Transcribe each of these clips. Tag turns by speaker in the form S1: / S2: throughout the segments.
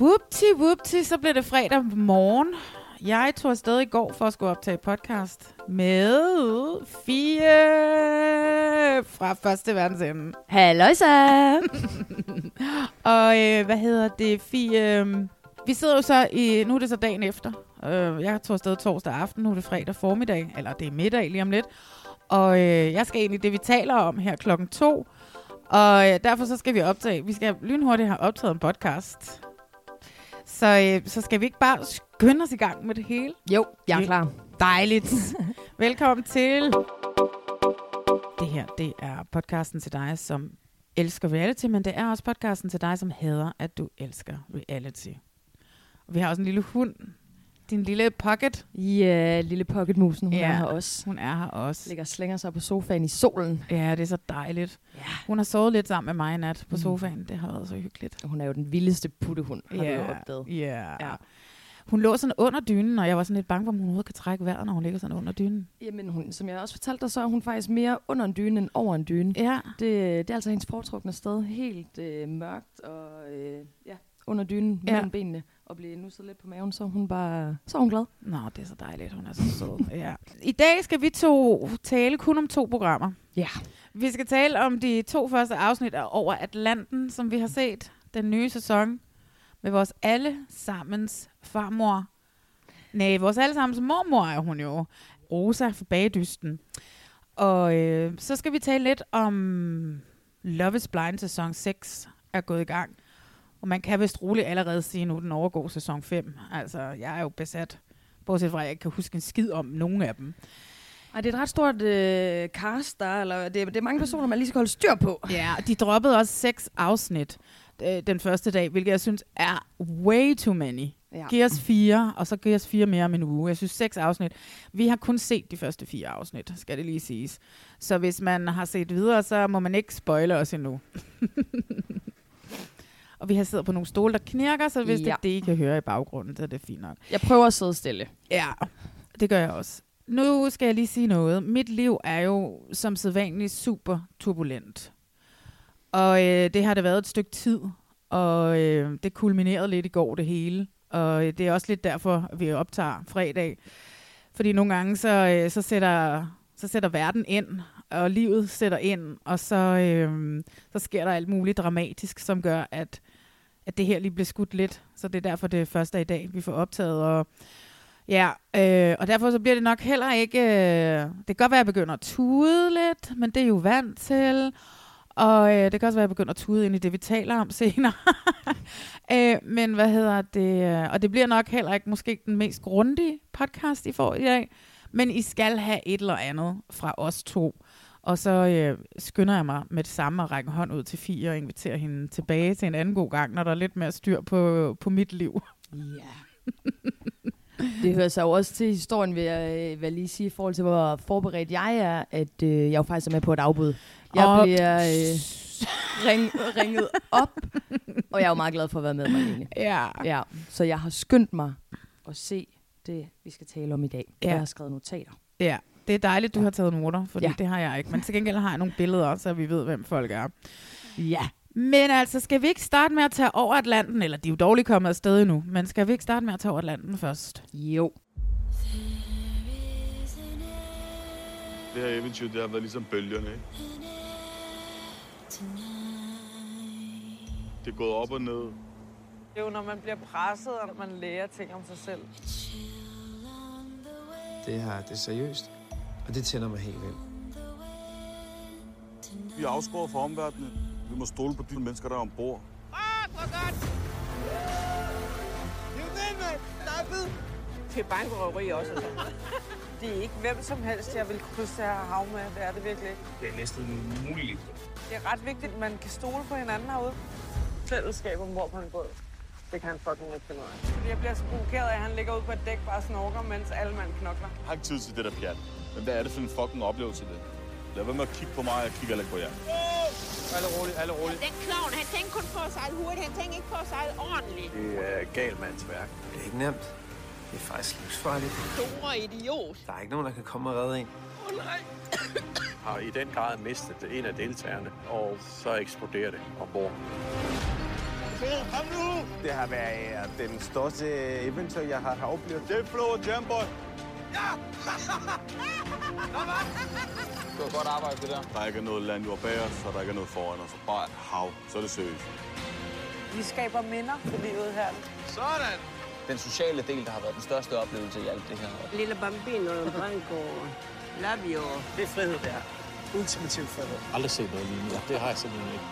S1: Whoopty, whoopty, så blev det fredag morgen. Jeg tog afsted i går for at skulle optage podcast med fire fra første verdensende.
S2: Halløjsa!
S1: Og øh, hvad hedder det, fire... Øh, vi sidder jo så i... Nu er det så dagen efter. Øh, jeg tog afsted torsdag aften, nu er det fredag formiddag, eller det er middag lige om lidt. Og øh, jeg skal ind i det, vi taler om her klokken to. Og øh, derfor så skal vi optage... Vi skal lynhurtigt have optaget en podcast. Så, øh, så skal vi ikke bare skynde os i gang med det hele?
S2: Jo, jeg
S1: Ja.
S2: er klar.
S1: Dejligt. Velkommen til. Det her, det er podcasten til dig, som elsker reality, men det er også podcasten til dig, som hader, at du elsker reality. Og vi har også en lille hund. Din lille pocket.
S2: Ja, øh, lille pocketmusen, hun
S1: Ja.
S2: ja. er her også.
S1: Hun er her også.
S2: Ligger og slænger sig på sofaen i solen.
S1: Ja, det er så dejligt.
S2: Ja. Mm.
S1: Hun har sovet lidt sammen med mig i nat på sofaen. Det har været så hyggeligt.
S2: Hun er jo den vildeste puttehund, har yeah. du jo
S1: Ja,
S2: opdaget.
S1: Ja.
S2: Ja.
S1: Hun lå sådan under dynen, og jeg var sådan lidt bange for, om hun overhovedet kan trække vejret, når hun ligger sådan under dynen.
S2: Jamen, hun, som jeg også fortalte dig, så er hun faktisk mere under en dyne end over en dyne.
S1: Ja.
S2: Det, det er altså hendes foretrukne sted. Helt øh, mørkt og øh, ja, under dynen,
S1: Ja.
S2: ja. mellem benene. Og blive nusset lidt på maven, så er hun bare så er hun glad.
S1: Nå, det er så dejligt, hun er så sød. ja. I dag skal vi to tale kun om to programmer.
S2: Ja.
S1: Vi skal tale om de to første afsnit af Over Atlanten, som vi har set den nye sæson med vores alle sammens farmor. Nej, vores alle sammens mormor er hun jo. Rosa fra Bagdysten. Og øh, så skal vi tale lidt om Love is Blind sæson 6 er gået i gang. Og man kan vist roligt allerede sige nu, den overgår sæson 5. Altså, jeg er jo besat. Bortset fra, at jeg ikke kan huske en skid om nogen af dem.
S2: Ej, det er et ret stort øh, cast, der, er- eller det, er- det er mange personer, man lige skal holde styr på.
S1: Ja, og de droppede også seks afsnit øh, den første dag, hvilket jeg synes er way too many. Ja.
S2: Ja.
S1: Giv os fire, og så giv os fire mere om en uge. Jeg synes seks afsnit. Vi har kun set de første fire afsnit, skal det lige siges. Så hvis man har set videre, så må man ikke spoile os endnu. og vi har siddet på nogle stole, der knirker, så hvis ja. det
S2: Ja.
S1: er det, I kan høre i baggrunden, så er det fint nok.
S2: Jeg prøver at sidde stille.
S1: Ja, det gør jeg også. Nu skal jeg lige sige noget. Mit liv er jo som sædvanligt super turbulent. Og øh, det har det været et stykke tid, og øh, det kulminerede lidt i går det hele. Og øh, det er også lidt derfor, at vi optager fredag. Fordi nogle gange, så, øh, så, sætter, så sætter verden ind, og livet sætter ind, og så, øh, så sker der alt muligt dramatisk, som gør, at, at det her lige bliver skudt lidt. Så det er derfor, det er første i dag, vi får optaget. Og Ja, øh, og derfor så bliver det nok heller ikke... Øh, det kan godt være, at jeg begynder at tude lidt, men det er I jo vant til. Og øh, det kan også være, at jeg begynder at tude ind i det, vi taler om senere. øh, men hvad hedder det? øh, Og det bliver nok heller ikke måske den mest grundige podcast, I får i dag. Men I skal have et eller andet fra os to. Og så øh, skynder jeg mig med det samme at række hånd ud til fire og invitere hende tilbage til en anden god gang, når der er lidt mere styr på, på mit liv.
S2: Ja. Det hører sig jo også til historien, vil jeg, øh, vil jeg lige sige, i forhold til, hvor forberedt jeg er, at øh, jeg jo faktisk er med på et afbud. Jeg
S1: Og-
S2: og... bliver øh, ring, ringet op, og jeg er jo meget glad for at være med, Marlene.
S1: Ja.
S2: Ja, så jeg har skyndt mig at se det, vi skal tale om i dag.
S1: Ja.
S2: Jeg har skrevet notater.
S1: Ja, det er dejligt, du har taget noter, for ja.
S2: Ja.
S1: det har jeg ikke. Men til gengæld har jeg nogle billeder, så vi ved, hvem folk er.
S2: Ja.
S1: Men altså, skal vi ikke starte med at tage over Atlanten? Eller de er jo dårligt kommet afsted endnu, men skal vi ikke starte med at tage over Atlanten først?
S2: Jo.
S3: Det her eventyr, det har været ligesom bølgerne, ikke? Det er gået op og ned.
S4: Det er jo, når man bliver presset, og man lærer ting om sig selv.
S5: Det her, det er seriøst. Og det tænder mig helt vildt.
S3: Vi er afskåret fra omverdenen. Vi må stole på de mennesker, der er ombord.
S4: Til bankrøveri også. Altså. Det er ikke hvem som helst, jeg vil krydse det her hav med. Det er det virkelig ikke.
S6: Det er næsten umuligt.
S4: Det er ret vigtigt, at man kan stole på hinanden herude. Fællesskab ombord på en båd. Det kan han fucking ikke finde ud af. Jeg bliver så provokeret af, at han ligger ude på et dæk bare og snorker, mens alle mand knokler.
S3: Jeg har ikke tid til det der pjat. Men hvad er det for en fucking oplevelse, det? Lad være med at kigge på mig, og jeg kigger heller ikke på jer.
S6: Alle roligt, alle roligt.
S7: Den klovn, han tænker kun på at sejle hurtigt. Han tænker ikke på at sejle ordentligt.
S6: Det er galt mands værk.
S5: Det er ikke nemt. Det er faktisk livsfarligt.
S7: Store idiot.
S5: Der er ikke nogen, der kan komme og redde en.
S7: Åh nej.
S6: Har i den grad mistet en af deltagerne, og så eksploderer det ombord.
S3: Kom nu!
S8: Det har været øh, den største eventyr, jeg har oplevet.
S3: Det er Flo og Jamboy.
S6: Det var godt arbejde, det der.
S3: Der ikke er noget landjord bag os, og der ikke er noget foran os. Bare et hav, så er det seriøst.
S4: Vi skaber minder for livet her.
S3: Sådan!
S6: Den sociale del, der har været den største oplevelse i alt det her.
S7: Lille bambino, branco, labio. Det er frihed, der.
S5: Ultimativt for det.
S6: Aldrig set noget lignende. Det har jeg simpelthen ikke.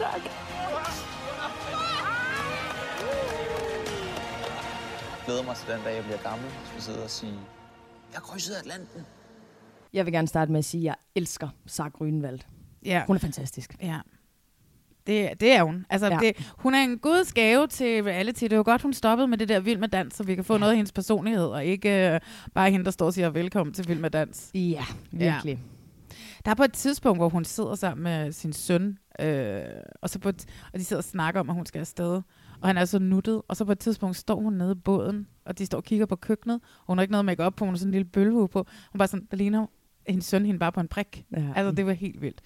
S7: Tak.
S6: glæder mig til den dag, jeg bliver gammel. Så skal sidde og sige, jeg krydsede Atlanten.
S2: Jeg vil gerne starte med at sige, at jeg elsker Sark Grønvald.
S1: Ja.
S2: Hun er fantastisk.
S1: Ja. Det, det er hun. Altså, ja.
S2: Ja.
S1: det, hun er en god skave til reality. Det er jo godt, hun stoppede med det der vild med dans, så vi kan få noget af hendes personlighed, og ikke øh, bare hende, der står og siger velkommen til vild med dans.
S2: Ja, virkelig.
S1: Der er på et tidspunkt, hvor hun sidder sammen med sin søn, øh, og, så på et, og de sidder og snakker om, at hun skal afsted. Og han er så nuttet, og så på et tidspunkt står hun nede i båden, og de står og kigger på køkkenet, og hun har ikke noget make op på, hun har sådan en lille bølvehue på. Hun er bare sådan, der ligner hendes søn hende bare på en prik.
S2: Ja.
S1: Altså, det var helt vildt.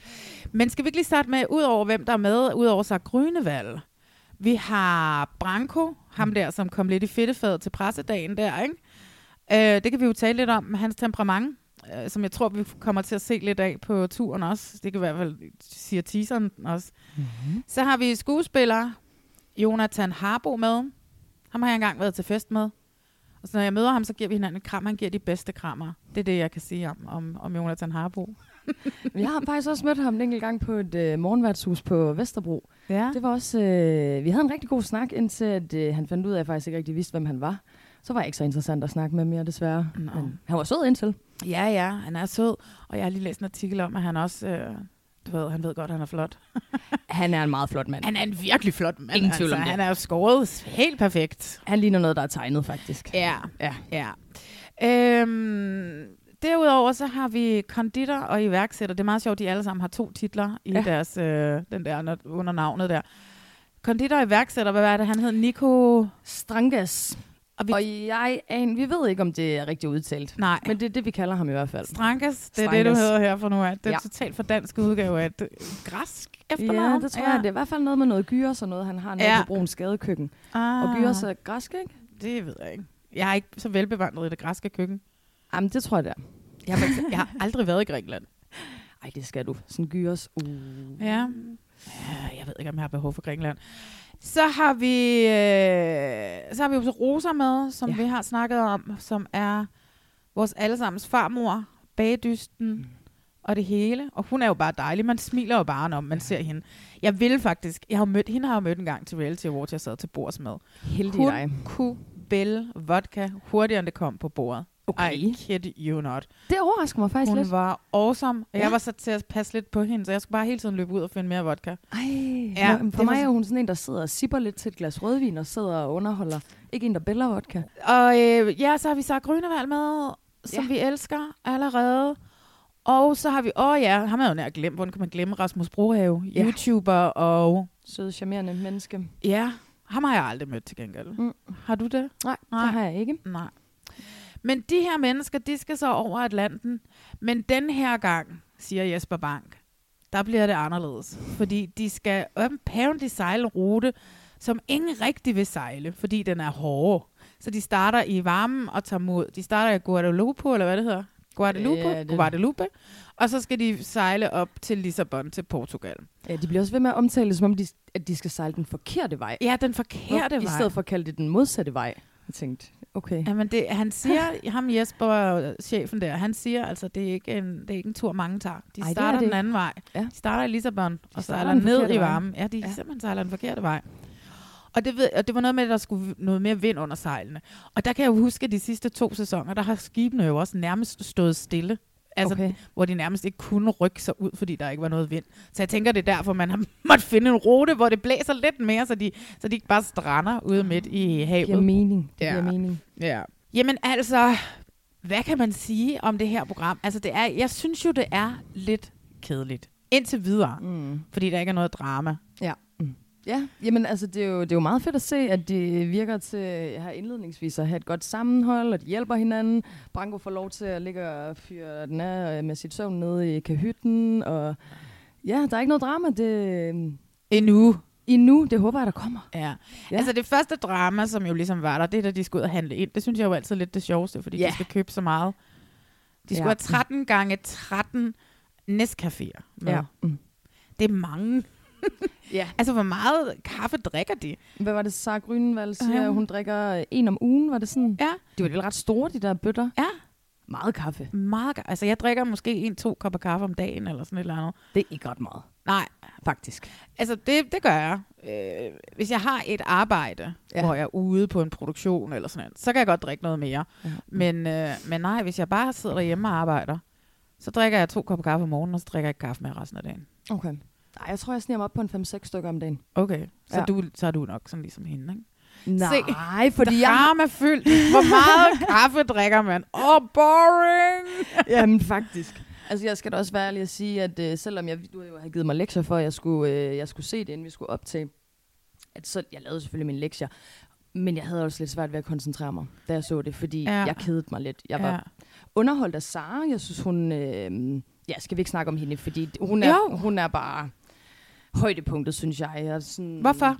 S1: Men skal vi ikke lige starte med, ud over hvem der er med, ud over sig Grønevald. Vi har Branko, ham der, som kom lidt i fedtefadet til pressedagen der, ikke? Øh, det kan vi jo tale lidt om, hans temperament, øh, som jeg tror, vi kommer til at se lidt af på turen også. Det kan i hvert fald siger teaseren også. Mm-hmm. Så har vi skuespiller Jonathan Harbo med. Ham har jeg engang været til fest med. Og så når jeg møder ham, så giver vi hinanden et kram. Han giver de bedste krammer. Det er det, jeg kan sige om, om, om Jonathan Harbo.
S2: Men Jeg har faktisk også mødt ham en enkelt gang på et øh, morgenværtshus på Vesterbro.
S1: Ja.
S2: Det var også, øh, vi havde en rigtig god snak, indtil at, øh, han fandt ud af, at jeg faktisk ikke rigtig vidste, hvem han var. Så var jeg ikke så interessant at snakke med mere, desværre.
S1: Nå.
S2: Men han var sød indtil.
S1: Ja, ja, han er sød. Og jeg har lige læst en artikel om, at han også... Øh, du ved, han ved godt, at han er flot.
S2: Han er en meget flot mand. Han,
S1: Han er en virkelig flot mand. altså.
S2: Ingen tvivl om det.
S1: Han er jo skåret helt perfekt.
S2: han ligner noget, der er tegnet, faktisk.
S1: Ja,
S2: Ja.
S1: ja. Øhm, derudover så har vi konditor og iværksætter. Det er meget sjovt, de alle sammen har to titler i ja.
S2: Ja.
S1: deres, øh, den der under- under navnet der. Konditor og iværksætter, hvad var det? Han hed Nico...
S2: Strangas.
S1: Og vi-
S2: Og jeg an, vi ved ikke, om det er rigtig udtalt.
S1: Nej.
S2: Men det er det, vi kalder ham i hvert fald.
S1: Strankas, det er det, du
S2: Strankas.
S1: hedder her for nu af. Det er ja.
S2: Ja.
S1: totalt for dansk udgave af et øh, græsk efternavn.
S2: Ja, det tror ja. jeg. Det er i hvert fald noget med noget gyros og noget, han har nede
S1: Ja.
S2: ja. på Bruns Gadekøkken.
S1: Ah,
S2: Og gyros er græsk, ikke?
S1: Det ved jeg ikke. Jeg er ikke så velbevandret i det græske køkken.
S2: Jamen, det tror jeg, det er.
S1: Jeg har, for eksempel- jeg har aldrig været i Grækenland.
S2: Ej, det skal du. Sådan gyros. Uh.
S1: Ja. Øh, Jeg ved ikke, om jeg har behov for Grækenland. Så har vi, øh, så har vi jo så Rosa med, som ja.
S2: Ja.
S1: vi har snakket om, som er vores allesammens farmor, bagdysten mm. og det hele. Og hun er jo bare dejlig. Man smiler jo bare, når man ja. ser hende. Jeg vil faktisk, jeg har jo mødt, hende har jeg jo mødt en gang til Reality Awards, jeg sad til bords med.
S2: Heldig
S1: Hun
S2: dig.
S1: kunne bælge vodka hurtigere, end det kom på bordet.
S2: Okay.
S1: I kid you not.
S2: Det overrasker mig faktisk
S1: Hun
S2: lidt.
S1: var awesome, og ja. jeg
S2: Ja.
S1: var så til at passe lidt på hende, så jeg skulle bare hele tiden løbe ud og finde mere vodka.
S2: Ej,
S1: Ja,
S2: ja,
S1: det
S2: for
S1: var
S2: mig er
S1: sådan-
S2: hun sådan en, der sidder og sipper lidt til et glas rødvin og sidder og underholder. Ikke en, der bæller vodka.
S1: Og øh, ja, så har vi Sara Grønevald med, som ja. vi elsker allerede. Og så har vi, åh ja, ham er jo nær glemt, hvordan kan man glemme Rasmus Brohave, ja.
S2: Ja.
S1: YouTuber og...
S2: Søde, charmerende menneske.
S1: Ja, ham har jeg aldrig mødt til gengæld. Mm.
S2: Mm.
S1: Har du det?
S2: Nej, Nej,
S1: Nej.
S2: det har jeg ikke.
S1: Nej. Men de her mennesker, de skal så over Atlanten. Men den her gang, siger Jesper Bank, der bliver det anderledes. Fordi de skal apparently sejle en rute, som ingen rigtig vil sejle, fordi den er hårdere. Så de starter i varmen og tager mod. De starter i Guadalupe, eller hvad det hedder? Guadalupe,
S2: Ja, det-
S1: Guadalupe Og så skal de sejle op til Lissabon, til Portugal.
S2: Ja, de bliver også ved med at omtale det, som om de, at de skal sejle den forkerte vej.
S1: Ja, den forkerte
S2: I
S1: vej.
S2: stedet for at kalde det den modsatte vej. Jeg tænkte, okay.
S1: Jamen det, han siger, ham Jesper, chefen der, han siger altså, det er ikke en, det er ikke en tur mange tager. De
S2: Ej,
S1: Ej,
S2: det
S1: starter
S2: er det
S1: den
S2: ikke.
S1: anden vej. Ja. De starter i Lissabon de og
S2: starter
S1: sejler
S2: den
S1: ned
S2: forkerte
S1: i
S2: vej.
S1: varmen. Ja, de
S2: Ja.
S1: ja. simpelthen sejler den forkerte vej. Og det, ved, og det var noget med, at der skulle noget mere vind under sejlene. Og der kan jeg jo huske, at de sidste to sæsoner, der har skibene jo også nærmest stået stille. Altså,
S2: Okay.
S1: okay. hvor de nærmest ikke kunne rykke sig ud, fordi der ikke var noget vind. Så jeg tænker, det er derfor, man har måttet finde en rute, hvor det blæser lidt mere, så de, så de ikke bare strander ude midt i havet.
S2: giver mening. Det
S1: Ja.
S2: giver mening.
S1: Ja. Jamen altså, hvad kan man sige om det her program? Altså, det er, jeg synes jo, det er lidt kedeligt. Indtil videre.
S2: Mm.
S1: Fordi der ikke er noget drama.
S2: Ja. Ja, jamen altså, det er, jo, det er jo meget fedt at se, at de virker til her indledningsvis at have et godt sammenhold, og de hjælper hinanden. Branko får lov til at ligge og fyre den af øh, med sit søvn nede i kahytten, og ja, der er ikke noget drama. Det, øh,
S1: Endnu.
S2: Endnu, det håber jeg, der kommer.
S1: Ja.
S2: Ja.
S1: ja. Altså, det første drama, som jo ligesom var der, det er, da de skulle ud og handle ind. Det synes jeg jo altid er lidt det sjoveste, fordi
S2: Ja.
S1: de skal købe så meget. De skulle
S2: Ja.
S1: have 13 gange 13 Nescaféer med.
S2: Ja.
S1: Det er mange.
S2: ja.
S1: Altså, hvor meget kaffe drikker de?
S2: Hvad var det, Sara Grünwald siger?
S1: Ja.
S2: Hun drikker en om ugen, var det sådan?
S1: Ja.
S2: De var vel ret store, de der bøtter.
S1: Ja.
S2: Meget kaffe.
S1: Meget, ga- altså, jeg drikker måske en-to kopper kaffe om dagen, eller sådan et eller andet.
S2: Det er ikke ret meget.
S1: Nej.
S2: Faktisk.
S1: Altså, det, det gør jeg. Øh, hvis jeg har et arbejde,
S2: Ja.
S1: ja. hvor jeg er ude på en produktion eller sådan noget, så kan jeg godt drikke noget mere.
S2: Ja.
S1: Ja. Men, øh, men nej, hvis jeg bare sidder derhjemme og arbejder, så drikker jeg to kopper kaffe om morgenen, og så drikker jeg ikke kaffe med resten af dagen.
S2: Okay. Nej, jeg tror, jeg sniger mig op på en 5-6 stykker om dagen.
S1: Okay, så,
S2: Ja.
S1: ja. du, så er du nok sådan ligesom hende, ikke?
S2: Nej, fordi jeg-
S1: Dramafyldt. Hvor meget kaffe drikker man? Åh, oh, boring!
S2: Jamen, faktisk. Altså, jeg skal da også være ærlig at sige, at øh, selvom jeg, du jo havde givet mig lektier for, at jeg skulle, øh, jeg skulle se det, inden vi skulle optage, at så, jeg lavede selvfølgelig mine lektier, men jeg havde også lidt svært ved at koncentrere mig, da jeg så det, fordi ja.
S1: Ja.
S2: jeg kedede mig lidt. Jeg var ja. underholdt af Sara. Jeg synes, hun... Øh, ja, skal vi ikke snakke om hende, fordi hun er,
S1: Jo.
S2: hun er bare højdepunktet, synes jeg. jeg er sådan,
S1: Hvorfor?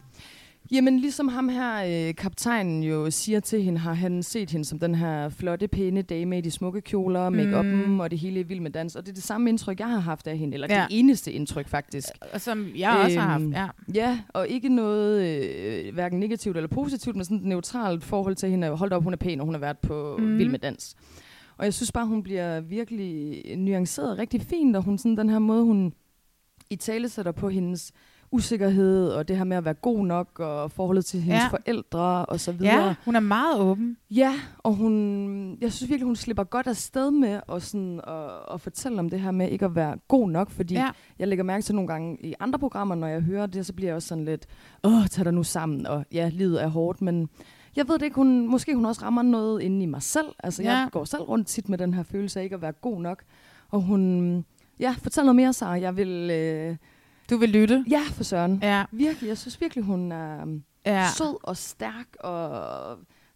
S2: Jamen, ligesom ham her, øh, kaptajnen jo siger til hende, har han set hende som den her flotte, pæne dame i de smukke kjoler,
S1: Mm.
S2: make mm. og det hele er vild med dans. Og det er det samme indtryk, jeg har haft af hende, eller ja.
S1: Ja.
S2: det eneste indtryk faktisk.
S1: Og som jeg også har haft,
S2: Øhm,
S1: ja.
S2: Ja, og ikke noget øh, hverken negativt eller positivt, men sådan et neutralt forhold til hende. Hold da op, hun er pæn, og hun har været på mm.
S1: Mm.
S2: Vild med Dans. Og jeg synes bare, hun bliver virkelig nuanceret rigtig fint, og hun sådan den her måde, hun i tale sætter på hendes usikkerhed, og det her med at være god nok, og forholdet til hendes ja.
S1: Ja.
S2: forældre, og så videre.
S1: Ja, hun er meget åben.
S2: Ja, og hun, jeg synes virkelig, hun slipper godt afsted med at, sådan, at, at fortælle om det her med ikke at være god nok, fordi ja.
S1: Ja.
S2: jeg lægger mærke til nogle gange i andre programmer, når jeg hører det, så bliver jeg også sådan lidt, åh, tag dig nu sammen, og ja, livet er hårdt, men jeg ved det ikke, hun, måske hun også rammer noget inde i mig selv, altså ja. jeg
S1: Ja.
S2: går selv rundt tit med den her følelse af ikke at være god nok, og hun, ja, fortæl noget mere, Sara, jeg vil... Øh,
S1: du vil lytte?
S2: Ja, for søren.
S1: Ja.
S2: Virkelig, jeg synes virkelig, hun er ja.
S1: Ja.
S2: sød og stærk og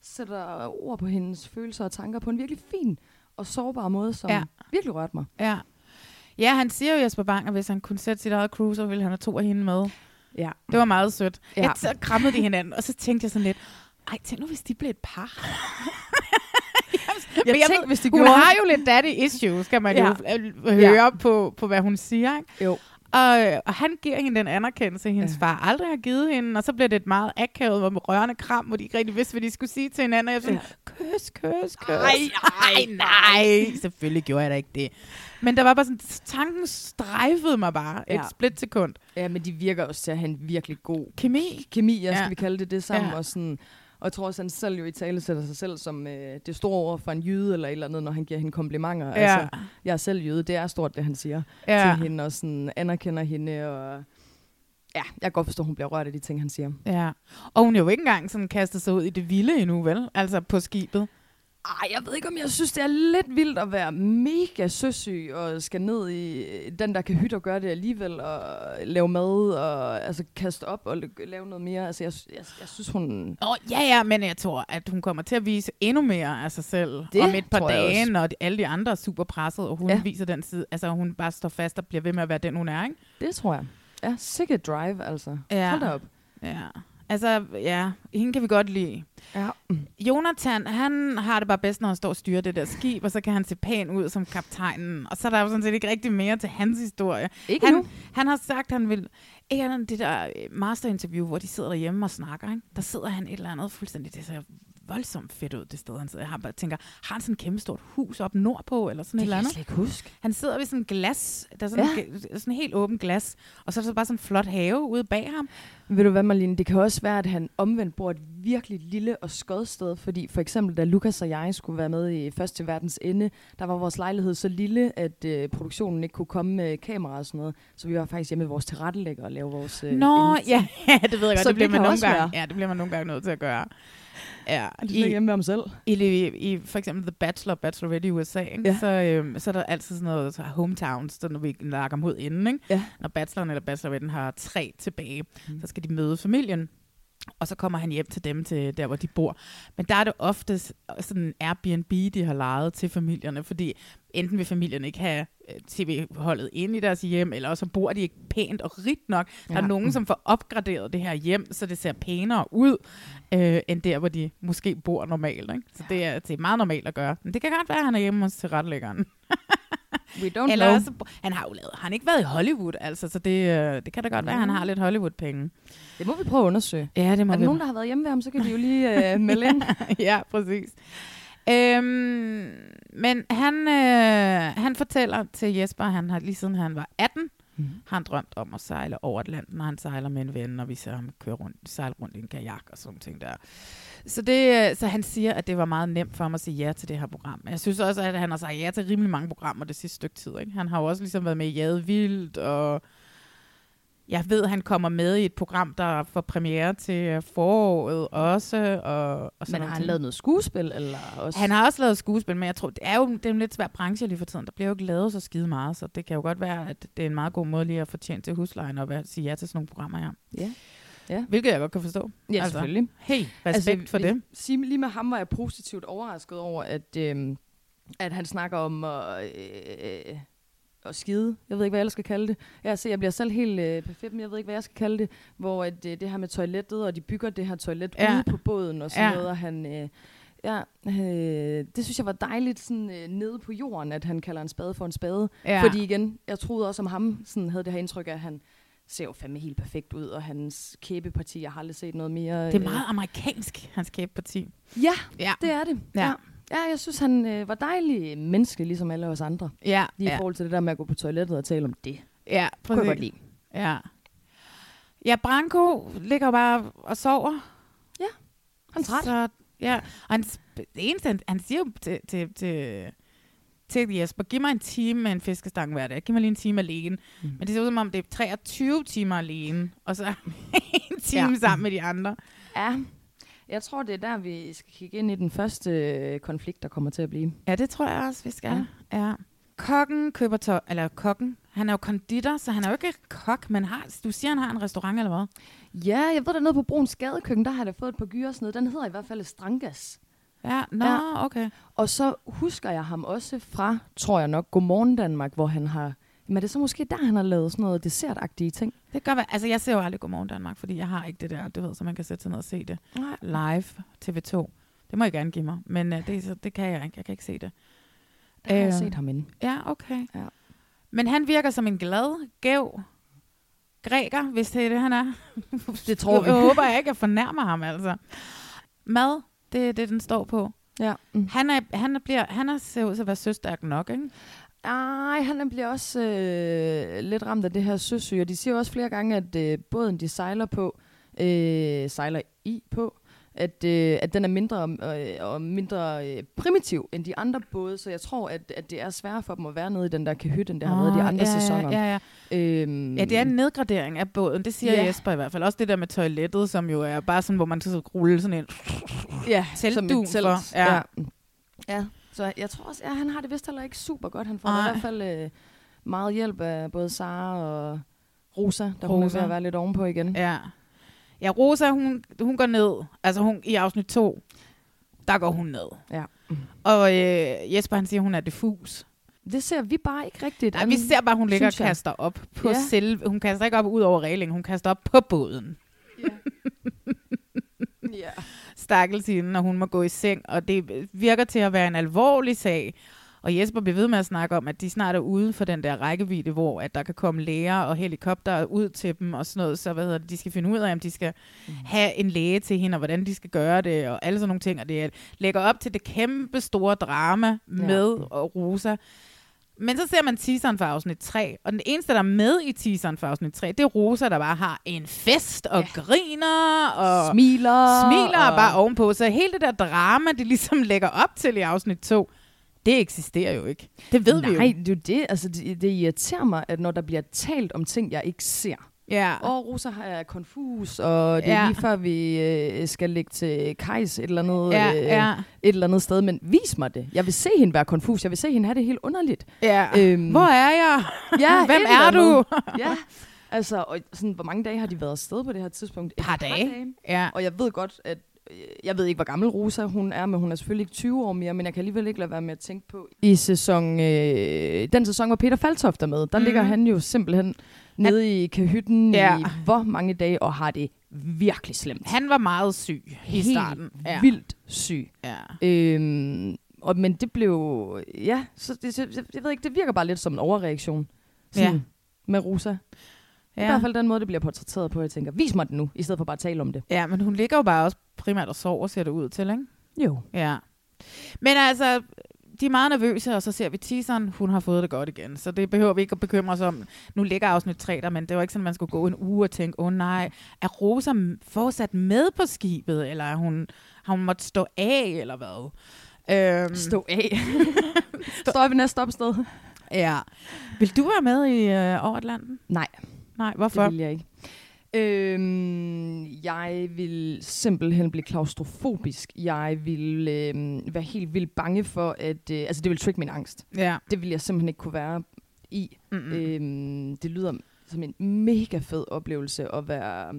S2: sætter ord på hendes følelser og tanker på en virkelig fin og sårbar måde, som ja.
S1: Ja.
S2: virkelig rørte mig.
S1: Ja. Ja, han siger jo Jesper Bang, at hvis han kunne sætte sit eget cruiser, ville han have to af hende med.
S2: Ja.
S1: Det var meget sødt.
S2: Ja.
S1: Ja. Jeg, så krammede de hinanden, og så tænkte jeg sådan lidt, ej, tænk nu, hvis de blev et par.
S2: Jeg tænkte,
S1: ved,
S2: hvis de
S1: hun
S2: gjorde-
S1: har jo lidt daddy issues, kan man ja. jo øh, høre ja. på, på, hvad hun siger. Ikke?
S2: Jo.
S1: Og, og han giver hende den anerkendelse, hendes ja. far aldrig har givet hende, og så bliver det et meget akavet og rørende kram, hvor de ikke rigtig vidste, hvad de skulle sige til hinanden. Og jeg var sådan, ja. kys, kys, kys.
S9: Ej,
S1: ej, nej. Selvfølgelig gjorde jeg da ikke det. Men der var bare sådan, tanken strejfede mig bare ja.
S2: Ja.
S1: et splitsekund.
S2: Ja, men de virker også til at have en virkelig god
S1: kemi.
S2: Kemi, ja, skal
S1: Ja.
S2: vi kalde det det sammen. Ja.
S1: Ja.
S2: Og, sådan, og jeg tror også, han selv jo i tale sætter sig selv som øh, det store ord for en jyde eller et eller andet, når han giver hende komplimenter.
S1: Ja.
S2: Altså, jeg er selv jøde, det er stort, det han siger
S1: Ja.
S2: til hende, og sådan anerkender hende. Og ja, jeg kan godt forstå, hun bliver rørt af de ting, han siger.
S1: Ja. Og hun er jo ikke engang sådan kastet sig ud i det vilde endnu, vel? Altså på skibet.
S2: Ej, jeg ved ikke, om jeg synes, det er lidt vildt at være mega søsyg og skal ned i øh, den, der kan hytte og gøre det alligevel, og lave mad og altså, kaste op og l- lave noget mere. Altså, jeg, jeg, jeg synes, hun...
S1: Åh, oh, ja, ja, men jeg tror, at hun kommer til at vise endnu mere af sig selv
S2: Det
S1: om et par
S2: tror jeg
S1: dage,
S2: også.
S1: når de, alle de andre er super presset, og hun
S2: Ja.
S1: ja. viser den side. Altså, hun bare står fast og bliver ved med at være den, hun er, ikke?
S2: Det tror jeg. Ja, sikke drive, altså.
S1: Ja.
S2: Hold da op.
S1: Ja. Altså, ja, hende kan vi godt lide.
S2: Ja.
S1: Jonathan, han har det bare bedst, når han står og styrer det der skib, og så kan han se pæn ud som kaptajnen. Og så er der jo sådan set ikke rigtig mere til hans historie.
S2: Ikke
S1: han,
S2: nu.
S1: Han har sagt, han vil... Ikke andet end det der øh, masterinterview, hvor de sidder derhjemme og snakker, ikke? Der sidder han et eller andet fuldstændig... Det ser voldsomt fedt ud, det sted, han sidder. Jeg har bare tænker, har han sådan et kæmpe stort hus op nordpå, eller sådan
S2: Det
S1: et eller
S2: kan jeg
S1: andet?
S2: slet ikke huske.
S1: Han sidder ved sådan en glas, der er sådan,
S2: Ja.
S1: ja. sådan helt åbent glas, og så er der så bare sådan en flot have ude bag ham.
S2: Ved du hvad, Marlene? Det kan også være, at han omvendt bor et virkelig lille og skød sted, fordi for eksempel, da Lukas og jeg skulle være med i Først til verdens ende, der var vores lejlighed så lille, at øh, produktionen ikke kunne komme med kamera og sådan noget. Så vi var faktisk hjemme ved vores tilrettelægger og lave vores... Øh,
S1: Nå,
S2: ingenting.
S1: ja, det ved jeg godt.
S2: Så
S1: det bliver man
S2: det kan
S1: nogle
S2: også
S1: gange,
S2: være.
S1: ja, det bliver man nogle gange nødt til at gøre. Ja,
S2: Er det slet ikke hjemme ved ham selv?
S1: I, i, i, for eksempel The Bachelor, Bachelorette i USA, ikke?
S2: Ja.
S1: Så, øhm, så er der altid sådan noget så hometowns, der, når vi nakker mod inden. Ikke?
S2: Ja.
S1: Når bacheloren eller bacheloretten har tre tilbage, mm. så skal de møde familien. Og så kommer han hjem til dem, til der hvor de bor. Men der er det ofte sådan en Airbnb, de har lejet til familierne, fordi enten vil familien ikke have øh, tv-holdet inde i deres hjem, eller også bor de ikke pænt og rigt nok. Der er
S2: Ja.
S1: nogen, som får opgraderet det her hjem, så det ser pænere ud, øh, end der, hvor de måske bor normalt. Ikke? Så det er, det er meget normalt at gøre. Men det kan godt være, at han er hjemme hos tilrettelæggeren.
S2: We don't
S1: Eller
S2: know.
S1: også, han har jo lavet, han har ikke været i Hollywood, altså, så det, øh, det kan da godt være, at han har lidt Hollywood-penge.
S2: Det må vi prøve at undersøge.
S1: Ja, det må
S2: Er
S1: vi.
S2: der nogen, der har været hjemme ved ham, så kan de jo lige øh, melde ind.
S1: ja, præcis. Øhm, men han, øh, han fortæller til Jesper, at han har lige siden han var 18, mm.
S2: Mhm.
S1: har han drømt om at sejle over Atlanten, og han sejler med en ven, og vi ser ham køre rundt, sejle rundt i en kajak og sådan nogle ting der. Så, det, øh, så han siger, at det var meget nemt for ham at sige ja til det her program. Men Jeg synes også, at han har sagt ja til rimelig mange programmer det sidste stykke tid. Ikke? Han har jo også ligesom været med i Jade Vildt, og jeg ved, han kommer med i et program, der får premiere til øh, foråret også. Og, og sådan
S2: Men
S1: nogle
S2: har han
S1: ting.
S2: lavet noget skuespil? Eller også?
S1: Han har også lavet skuespil, men jeg tror, det er jo det er en lidt svær branche lige for tiden. Der bliver jo ikke lavet så skide meget, så det kan jo godt være, at det er en meget god måde lige at få tjent til huslejen og være- sige ja til sådan nogle programmer her.
S2: Ja. Ja.
S1: Hvilket jeg godt kan forstå.
S2: Ja, selvfølgelig.
S1: Hey, respekt altså, for
S2: vil jeg
S1: det.
S2: Sige, lige med ham var jeg positivt overrasket over, at, øhm, at han snakker om at, øh, at skide. Jeg ved ikke, hvad jeg ellers skal kalde det. Jeg, se, jeg bliver selv helt øh, perfekt, men jeg ved ikke, hvad jeg skal kalde det. Hvor at, øh, det her med toilettet, og de bygger det her toilet
S1: Ja.
S2: ja. ude på båden og sådan
S1: Ja.
S2: ja. noget. Og han, øh, ja, øh, det synes jeg var dejligt sådan, øh, nede på jorden, at han kalder en spade for en spade.
S1: Ja.
S2: Ja. Fordi igen, jeg troede også om ham, sådan havde det her indtryk af, at han ser jo fandme helt perfekt ud, og hans kæbeparti, jeg har aldrig set noget mere...
S1: Det er
S2: øh,
S1: meget amerikansk, hans kæbeparti.
S2: Ja,
S1: ja,
S2: det er det.
S1: Ja.
S2: Ja. ja jeg synes, han øh, var dejlig menneske, ligesom alle os andre.
S1: Ja,
S2: Lige
S1: ja.
S2: i forhold til det der med at gå på toilettet og tale om det.
S1: Ja, præcis.
S2: Kunne jeg godt lide.
S1: Ja. Ja, Branko ligger bare og sover.
S2: Ja, han er træt.
S1: Så, ja, og han, sp- det eneste, han, han siger jo til, til, til, til Jesper, giv mig en time med en fiskestang hver dag. Giv mig lige en time alene. Mm. Men det ser ud som om, det er 23 timer alene, og så en time ja.
S2: Ja.
S1: sammen med de andre.
S2: Ja, jeg tror, det er der, vi skal kigge ind i den første øh, konflikt, der kommer til at blive.
S1: Ja, det tror jeg også, vi skal. Ja. ja. Kokken køber tøj, eller kokken, han er jo konditor, så han er jo ikke kok, men har, du siger, han har en restaurant eller hvad?
S2: Ja, jeg ved, der nede på Bruns Gadekøkken, der har jeg da fået et par gyres ned. Den hedder i hvert fald Strangas.
S1: Ja, nå,
S2: Ja.
S1: okay.
S2: Og så husker jeg ham også fra, tror jeg nok, Godmorgen Danmark, hvor han har... Men er det så måske der, han har lavet sådan noget dessertagtige ting?
S1: Det kan godt være. Altså, jeg ser jo aldrig Godmorgen Danmark, fordi jeg har ikke det der, du ved, så man kan sætte sig ned og se det
S2: Nej.
S1: live TV2. Det må I gerne give mig, men uh, det, så- det kan jeg ikke. Jeg kan ikke se det.
S2: Der har jeg
S1: Øh,
S2: set ham inde.
S1: Ja, okay.
S2: Ja.
S1: Men han virker som en glad, gæv græker, hvis det er det, han er.
S2: Det tror vi.
S1: Jeg håber jeg ikke, jeg fornærmer ham, altså. Mad, det er det, den står på.
S2: Ja. Mm.
S1: Han, er, han, er, bliver, han er, ser ud til at være søstærk nok, ikke?
S2: Nej, han bliver også øh, lidt ramt af det her søsyge. De siger jo også flere gange, at øh, båden, de sejler på, øh, sejler i på, at, øh, at den er mindre øh, og mindre øh, primitiv end de andre både, så jeg tror, at, at det er sværere for dem at være nede i den der kahyt, end det har været i de
S1: Ah,
S2: andre
S1: ja, ja,
S2: sæsoner.
S1: ja,
S2: ja. Øhm,
S1: Ja, det er en nedgradering af båden, det siger ja.
S2: Ja.
S1: Jesper i hvert fald. Også det der med toilettet, som jo er bare sådan, hvor man skal rulle sådan en
S2: ja,
S1: teltdun
S2: som et telt.
S1: for. Ja.
S2: Ja. ja. Så jeg tror også, at ja, han har det vist heller ikke super godt. Han får
S1: Ej.
S2: i hvert fald øh, meget hjælp af både Sara og Rosa, der hun er
S1: Rosa.
S2: ved at være lidt ovenpå igen.
S1: Ja. Ja, Rosa, hun, hun går ned. Altså hun, i afsnit 2, der går hun ned.
S2: Ja.
S1: Og øh, Jesper, han siger, hun er diffus.
S2: Det ser vi bare ikke rigtigt.
S1: Nej, vi ser bare, hun ligger og
S2: synes jeg.
S1: kaster op på ja.
S2: Ja.
S1: selve... Hun kaster ikke op ud over reglingen, hun kaster op på båden. stakkels hende, og hun må gå i seng, og det virker til at være en alvorlig sag. Og Jesper bliver ved med at snakke om, at de snart er ude for den der rækkevidde, hvor at der kan komme læger og helikopter ud til dem og sådan noget. Så hvad hedder det, de skal finde ud af, om de skal have en læge til hende, og hvordan de skal gøre det, og alle sådan nogle ting. Og det lægger op til det kæmpe store drama med og Rosa. Men så ser man teaseren for afsnit 3, og den eneste, der er med i teaseren for afsnit 3, det er Rosa, der bare har en fest og ja. griner og
S2: Smiler,
S1: smiler og...
S2: og-
S1: bare ovenpå. Så hele det der drama, det ligesom lægger op til i afsnit 2, det eksisterer jo ikke. Det ved vi jo.
S2: Nej, det er jo det. Altså, det, det irriterer mig, at når der bliver talt om ting, jeg ikke ser.
S1: Ja.
S2: Og oh, Rosa har jeg konfus, og det er
S1: Ja.
S2: lige før, vi øh, skal ligge til Kajs et eller andet,
S1: Ja,
S2: øh,
S1: ja.
S2: et eller andet sted. Men vis mig det. Jeg vil se hende være konfus. Jeg vil se hende have det helt underligt.
S1: Ja.
S2: Øhm,
S1: Hvor er jeg?
S2: Ja,
S1: Hvem
S2: et
S1: er
S2: eller
S1: du?
S2: andet. ja, altså, og sådan, hvor mange dage har de været afsted på det her tidspunkt? Et
S1: Par dage. Ja.
S2: Og jeg ved godt, at øh, jeg ved ikke, hvor gammel Rosa hun er, men hun er selvfølgelig ikke 20 år mere, men jeg kan alligevel ikke lade være med at tænke på. I sæson, øh, den sæson, hvor Peter Faltoft er med, der mm. ligger han jo simpelthen nede i kahytten
S1: Ja.
S2: ja. i hvor mange dage, og har det virkelig slemt.
S1: Han var meget syg i
S2: Helt
S1: starten. Ja.
S2: vildt syg.
S1: Ja.
S2: Øhm, og, men det blev, ja, så det, så, jeg, jeg ved ikke, det virker bare lidt som en overreaktion. Sådan,
S1: Ja.
S2: ja. Med Rosa. Ja. I hvert fald den måde, det bliver portrætteret på, jeg tænker, vis mig den nu, i stedet for bare at tale om det.
S1: Ja, men hun ligger jo bare også primært og sover, ser det ud til, ikke?
S2: Jo.
S1: Ja. Men altså, de er meget nervøse, og så ser vi teaseren, hun har fået det godt igen. Så det behøver vi ikke at bekymre os om. Nu ligger afsnit 3 der, men det var ikke sådan, at man skulle gå en uge og tænke, åh oh, nej, er Rosa m- fortsat med på skibet, eller er hun, har hun måttet stå af, eller hvad? Øhm,
S2: Stå af. Står jeg ved næste opsted?
S1: ja. Vil du være med i øh, Over Atlanten?
S2: Nej.
S1: Nej, hvorfor?
S2: Det vil jeg ikke. Øhm, jeg vil simpelthen blive klaustrofobisk. Jeg vil øhm, være helt vildt bange for, at... Øh, altså, det vil trigge min angst.
S1: Ja.
S2: Det vil jeg simpelthen ikke kunne være i.
S1: Mm-mm.
S2: Øhm, det lyder som en mega fed oplevelse at være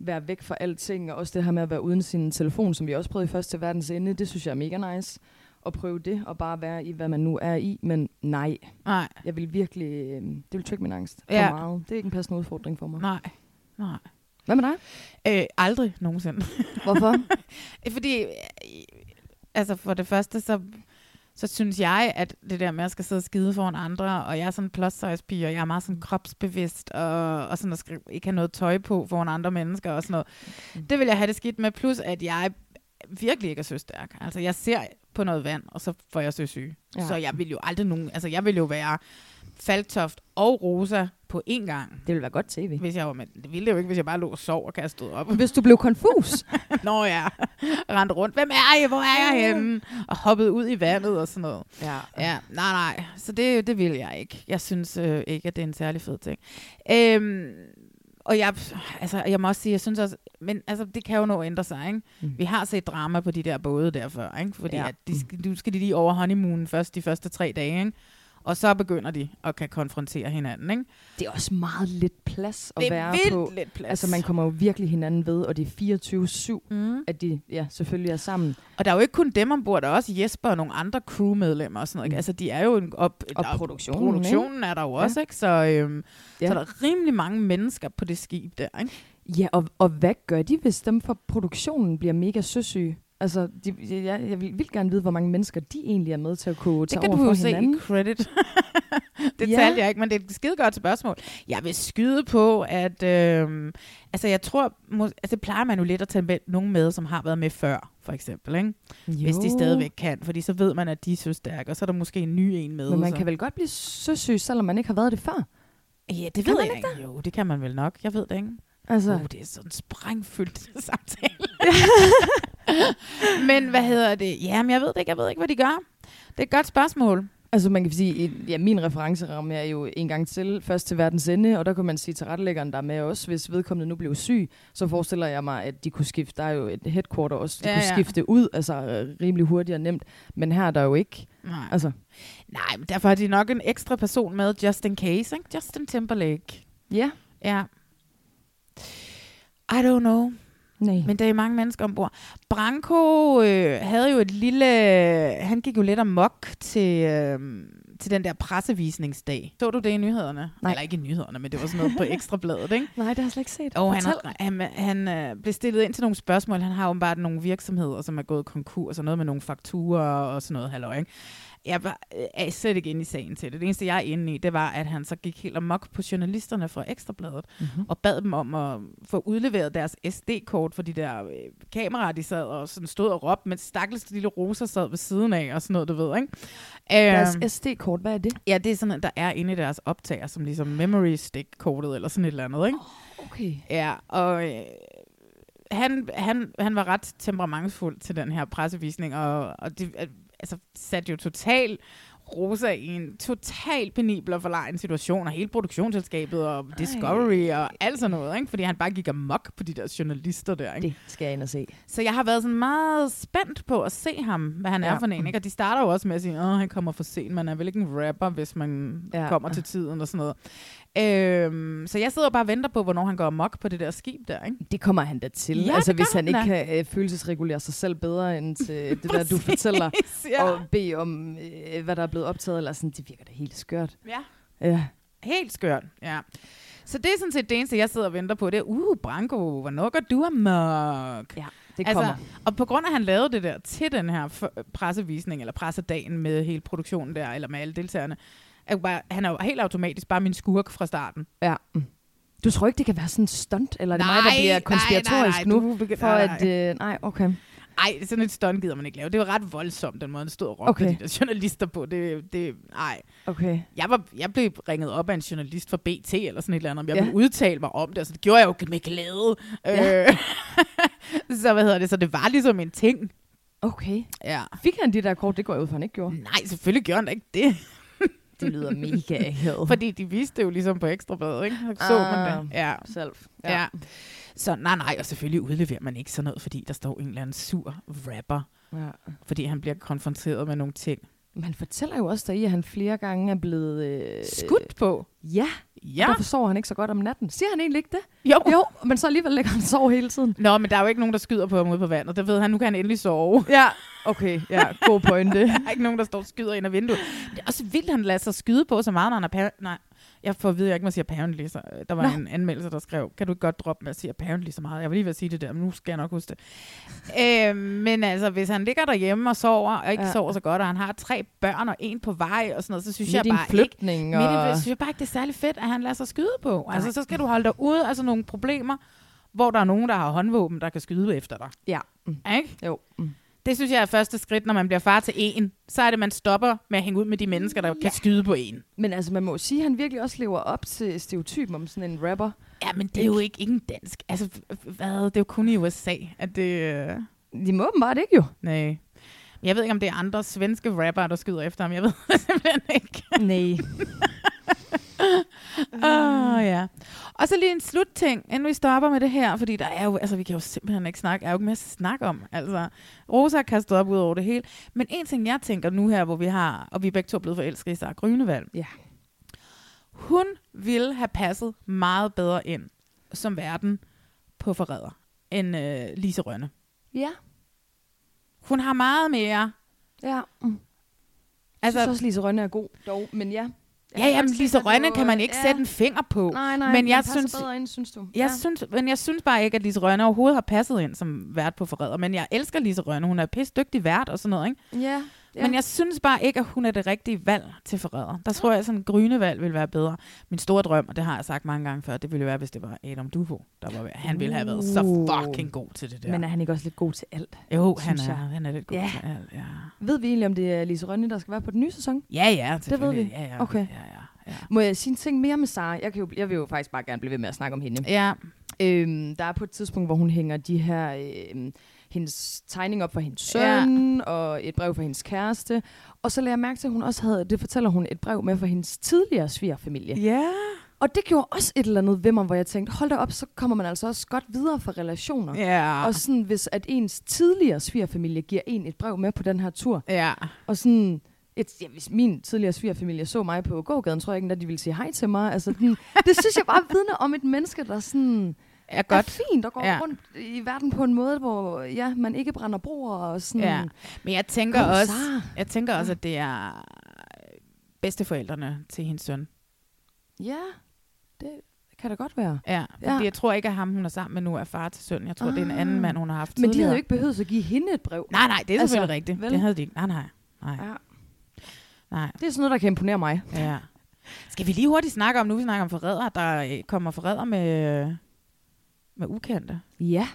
S2: være væk fra alting, og også det her med at være uden sin telefon, som vi også prøvede i første verdens ende, det synes jeg er mega nice at prøve det, og bare være i, hvad man nu er i, men nej.
S1: Nej.
S2: Jeg vil virkelig, øh, det vil trykke min angst for
S1: Ja.
S2: meget. Det er ikke en passende udfordring for mig.
S1: Nej. Nej.
S2: Hvad med dig?
S1: Øh, aldrig nogensinde.
S2: Hvorfor?
S1: Fordi, øh, altså for det første, så, så synes jeg, at det der med, at jeg skal sidde og skide foran andre, og jeg er sådan en plus size pige, og jeg er meget sådan kropsbevidst, og, og sådan at skal ikke have noget tøj på foran andre mennesker og sådan noget. Det vil jeg have det skidt med, plus at jeg virkelig ikke er søstærk. Altså jeg ser på noget vand, og så får jeg søsyge. Ja.
S2: Ja.
S1: Så jeg vil jo aldrig nogen, altså jeg vil jo være Falktoft og Rosa på én gang.
S2: Det ville være godt tv.
S1: Hvis jeg var med. Det ville det jo ikke, hvis jeg bare lå og sov og kastede op.
S2: Hvis du blev konfus.
S1: Nå ja, rendte rundt. Hvem er jeg? Hvor er jeg henne? Og hoppede ud i vandet og sådan noget.
S2: ja.
S1: Ja, nej, nej. Så det, det vil jeg ikke. Jeg synes øh, ikke, at det er en særlig fed ting. Øhm, og jeg, altså, jeg må også sige, jeg synes også, men altså, det kan jo nå at ændre sig, ikke? Mm. Vi har set drama på de der både der før, ikke? Fordi ja.
S2: Ja.
S1: at de, skal- nu skal de lige over honeymoonen først de første tre dage, ikke? Og så begynder de at kan konfrontere hinanden, ikke?
S2: Det er også meget lidt plads at
S1: Det er
S2: være
S1: vildt
S2: på.
S1: lidt plads.
S2: Altså, man kommer jo virkelig hinanden ved, og det er 24-7,
S1: Mm.
S2: at de ja, selvfølgelig er sammen.
S1: Og der er jo ikke kun dem ombord, der er også Jesper og nogle andre crewmedlemmer og sådan noget. Mm. Altså, de er jo en op,
S2: Og
S1: der er-
S2: produktionen,
S1: Produktionen er der jo også, ikke? Så, øhm, ja.
S2: Ja.
S1: så der er rimelig mange mennesker på det skib der, ikke?
S2: Ja, og, og hvad gør de, hvis dem fra produktionen bliver mega søsyge? Altså, de, jeg, jeg vil vildt gerne vide, hvor mange mennesker de egentlig er med til at kunne
S1: Det
S2: tage
S1: kan
S2: over
S1: du
S2: for
S1: jo se
S2: hinanden.
S1: i credit. det
S2: Ja.
S1: ja. talte jeg ikke, men det er et skide godt spørgsmål. Jeg vil skyde på, at... Øhm, altså, jeg tror... Må, altså, det plejer man jo lidt at tage med, nogen med, som har været med før, for eksempel, ikke?
S2: Jo.
S1: Hvis de stadigvæk kan, fordi så ved man, at de er så stærke, og så er der måske en ny en med.
S2: Men man
S1: så.
S2: kan vel godt blive søsyg, selvom man ikke har været det før?
S1: Ja, det
S2: Kan
S1: ved
S2: man
S1: jeg
S2: ikke
S1: ikke. Jo, det kan man vel nok. Jeg ved det ikke.
S2: Altså,
S1: Uh, det er sådan en sprængfyldt samtale. Men hvad hedder det? Jamen, jeg ved det ikke. Jeg ved ikke, hvad de gør. Det er et godt spørgsmål.
S2: Altså man kan sige, i- ja, min referenceramme er jo en gang til, først til verdens ende, og der kunne man sige til retlæggeren, der er med os, hvis vedkommende nu blev syg, så forestiller jeg mig, at de kunne skifte, der er jo et headquarter også, de
S1: Ja,
S2: ja, kunne
S1: ja.
S2: skifte ud, altså øh, rimelig hurtigt og nemt, men her er der jo ikke,
S1: Nej,
S2: altså,
S1: Nej men derfor har de nok en ekstra person med, just in case. Ikke? Justin Timberlake.
S2: ja,
S1: Ja. I don't know.
S2: nej. Men,
S1: Men der er mange mennesker ombord. Branko øh, havde jo et lille... Han gik jo lidt amok til, øh, til den der pressevisningsdag. Så du det i nyhederne? Nej. Eller ikke i nyhederne, men det var sådan noget på Ekstrabladet, ikke?
S2: Nej, det har jeg slet ikke set.
S1: Og han,
S2: Fortæl.
S1: har- han, han øh, blev stillet ind til nogle spørgsmål. Han har åbenbart nogle virksomheder, som er gået konkurs, og noget med nogle fakturer og sådan noget. Halløj, ikke? Jeg var, øh, er slet ikke inde i sagen til det. Det eneste, jeg er inde i, det var, at han så gik helt amok på journalisterne fra Ekstrabladet,
S2: Mhm.
S1: mm-hmm. og bad dem om at få udleveret deres SD-kort for de der øh, kameraer, de sad og sådan stod og råbte, mens stakkels lille Rosa sad ved siden af og sådan noget, du ved, ikke?
S2: Deres
S1: Øhm,
S2: SD-kort, hvad er det?
S1: Ja, det er sådan, at der er inde i deres optager, som ligesom memory stick-kortet eller sådan et eller andet, ikke?
S2: Okay.
S1: Ja, og øh, han, han, han var ret temperamentsfuld til den her pressevisning, og, og det øh, altså, satte jo total Rosa i en total penibel og forlegen situation, og hele produktionsselskabet og Discovery og alt sådan noget, ikke? fordi han bare gik amok på de der journalister der. Ikke?
S2: Det skal jeg ind og se.
S1: Så jeg har været sådan meget spændt på at se ham, hvad han ja. er
S2: Ja.
S1: for en. Ikke? Og de starter jo også med at sige, at han kommer for sent, man er vel ikke en rapper, hvis man ja.
S2: Ja.
S1: kommer til tiden og sådan noget. Øhm, så jeg sidder bare og venter på, hvornår han går amok på det der skib der. Ikke?
S2: Det kommer han da til.
S1: Ja,
S2: altså,
S1: det
S2: hvis
S1: gør
S2: han
S1: han
S2: ikke
S1: da.
S2: kan øh, følelsesregulere sig selv bedre end til det der, du fortæller,
S1: ja.
S2: og bede om, øh, hvad der er blevet optaget, eller sådan, det virker da helt skørt.
S1: Ja.
S2: Ja.
S1: Helt skørt, ja. Så det er sådan set det eneste, jeg sidder og venter på. Det er, uh, Branko, hvornår går du amok?
S2: Ja, det kommer.
S1: Altså, Og på grund af, at han lavede det der til den her f- pressevisning, eller pressedagen med hele produktionen der, eller med alle deltagerne, er jo bare, han er jo helt automatisk bare min skurk fra starten.
S2: Ja. mm. Du tror ikke, det kan være sådan en stunt, eller er det
S1: Nej,
S2: mig, der
S1: nej,
S2: bliver
S1: nej,
S2: konspiratorisk
S1: nej,
S2: nu?
S1: du begynder-
S2: for
S1: nej, nej.
S2: at, øh, nej, okay.
S1: Ej, sådan et stunt gider man ikke lave. Det var ret voldsomt, den måde, han stod og råbte
S2: Okay.
S1: okay. de der journalister på. Det, det, ej.
S2: Okay.
S1: Jeg, var, jeg blev ringet op af en journalist fra BT eller sådan et eller andet, om jeg
S2: Ja.
S1: ja. ville udtale mig om det, og så det gjorde jeg jo med glæde.
S2: Ja.
S1: Ja. Øh, så hvad hedder det? Så det var ligesom en ting.
S2: Okay.
S1: Ja.
S2: Fik han de der kort? Det går jeg ud fra, han ikke gjorde.
S1: Nej, selvfølgelig gjorde han da ikke det.
S2: Det lyder mega akavet.
S1: Fordi de viste det jo ligesom på ekstrabladet, ikke? Så ah, man det. Ja.
S2: Selv.
S1: Ja. ja. Så nej, nej, og selvfølgelig udleverer man ikke sådan noget, fordi der står en eller anden sur rapper,
S2: Ja.
S1: fordi han bliver konfronteret med nogle ting.
S2: Man fortæller jo også deri, at han flere gange er blevet... Øh,
S1: Skudt på?
S2: Ja.
S1: Ja.
S2: Og derfor sover han ikke så godt om natten. Siger han egentlig ikke det?
S1: Jo.
S2: Jo, men så alligevel ligger han og sover hele tiden.
S1: Nå, men der er jo ikke nogen, der skyder på ham ude på vandet. Der ved han, nu kan han endelig sove.
S2: Ja, okay. Ja, god pointe.
S1: der er ikke nogen, der står og skyder ind ad vinduet. Det er også vildt, han lader sig skyde på så meget, når han er parent. Nej, jeg får at vide, at jeg ikke må sige apparently. Så øh, der var
S2: Nå.
S1: Nå. en anmeldelse, der skrev, kan du ikke godt droppe med at sige apparently så meget? Jeg var lige ved at sige det der, men nu skal jeg nok huske det. øh, men altså, hvis han ligger derhjemme og sover, og ikke
S2: Ja.
S1: ja. sover så godt, og han har tre børn og en på vej og sådan noget, så synes
S2: Midt i
S1: jeg
S2: en
S1: bare
S2: flytning
S1: ikke,
S2: og-
S1: midt i- synes jeg bare ikke, det er særlig fedt, at han lader sig skyde på. Nej.
S2: Nej.
S1: Altså, så skal du holde dig ude af sådan nogle problemer, hvor der er nogen, der har håndvåben, der kan skyde efter dig.
S2: Ja. Mm.
S1: Ikke?
S2: Jo. Mm.
S1: Det synes jeg er første skridt, når man bliver far til en. Så er det, man stopper med at hænge ud med de mennesker, der Mm, ja. kan skyde på en.
S2: Men altså, man må jo sige, at han virkelig også lever op til stereotypen om sådan en rapper.
S1: Ja, men det er jo ikke, ikke en dansk... Altså, hvad? Det er jo kun i USA, at det... øh,
S2: De må åbenbart ikke jo.
S1: Nej. Jeg ved ikke, om det er andre svenske rapper, der skyder efter ham. Jeg ved det simpelthen ikke.
S2: Nej.
S1: Åh, oh, ja. Og så lige en slutting, inden vi stopper med det her, fordi der er jo, altså vi kan jo simpelthen ikke snakke, er jo ikke mere at snakke om. Altså, Rosa har kastet op ud over det hele. Men en ting, jeg tænker nu her, hvor vi har, og vi er begge to blevet forelskede i Sara Grønevald.
S2: Ja.
S1: Hun ville have passet meget bedre ind som verden på forræder end øh, Lise Rønne.
S2: Ja.
S1: Hun har meget mere...
S2: Ja. Mm. Altså,
S1: Altså-
S2: jeg synes også, Lise Rønne er god, dog, men ja. Jeg
S1: Ja,
S2: kan
S1: jamen
S2: godt se,
S1: Lise
S2: at du-
S1: Rønne kan man ikke
S2: ja.
S1: sætte en finger på.
S2: Nej, nej,
S1: men
S2: han
S1: jeg
S2: passer
S1: synes,
S2: bedre ind, synes du.
S1: Jeg ja. synes, men jeg synes bare ikke, at Lise Rønne overhovedet har passet ind som vært på forræder. Men jeg elsker Lise Rønne. Hun er pisse dygtig vært og sådan noget, ikke?
S2: Ja. ja.
S1: Ja. Men jeg synes bare ikke, at hun er det rigtige valg til forræder. Der tror jeg, at sådan en grynevalg ville være bedre. Min store drøm, og det har jeg sagt mange gange før, det ville være, hvis det var Adam Dufo, der var Han ville have været så
S2: Uh.
S1: fucking god til det der.
S2: Men er han ikke også lidt god til alt?
S1: jo, han
S2: synes
S1: er,
S2: jeg.
S1: han er lidt god
S2: Ja.
S1: til alt. Ja,
S2: Ved vi egentlig, om det er Lise Rønne, der skal være på den nye sæson?
S1: ja, ja
S2: Det ved vi.
S1: selvfølgelig. Ja, ja,
S2: Okay.
S1: Ja, ja, ja.
S2: Må jeg sige en ting mere med Sara? Jeg, kan jo, jeg vil jo faktisk bare gerne blive ved med at snakke om hende.
S1: ja.
S2: Øhm, der er på et tidspunkt, hvor hun hænger de her... Øhm, hendes tegning op for hendes søn, ja. og et brev for hendes kæreste. Og så lagde jeg mærke til, at hun også havde, det fortæller hun, et brev med for hendes tidligere svigerfamilie.
S1: ja.
S2: Og det gjorde også et eller andet ved mig, hvor jeg tænkte, hold da op, så kommer man altså også godt videre fra relationer.
S1: Ja.
S2: Og sådan, hvis at ens tidligere svigerfamilie giver en et brev med på den her tur,
S1: ja.
S2: og sådan, et, ja, hvis min tidligere svigerfamilie så mig på gågaden, tror jeg ikke, endda, de ville sige hej til mig. Altså, den, det synes jeg bare vidner om et menneske, der sådan
S1: Er
S2: er
S1: godt.
S2: fint og går
S1: Ja.
S2: ja. rundt i verden på en måde, hvor ja, man ikke brænder broer og sådan.
S1: Ja. Men jeg tænker
S2: Kom,
S1: også,
S2: Sara.
S1: jeg tænker også, at det er øh, bedsteforældrene til hendes søn.
S2: Ja, det kan da godt være.
S1: Ja,
S2: Ja.
S1: fordi jeg tror ikke, at ham, hun er sammen med nu, er far til søn. Jeg tror, ah. det er en anden
S2: Ah.
S1: mand, hun har haft
S2: Men de havde
S1: tidligere.
S2: jo ikke behøvet at give hende et brev.
S1: Nej, nej, det er selvfølgelig
S2: Altså,
S1: rigtigt.
S2: vel?
S1: Det havde de ikke. Nej, nej. nej.
S2: Ja.
S1: Nej.
S2: Det er sådan noget, der kan imponere mig.
S1: Ja. Skal vi lige hurtigt snakke om, nu vi snakker om forrædere, der øh, kommer forrædere med, øh, med ukendte.
S2: Ja.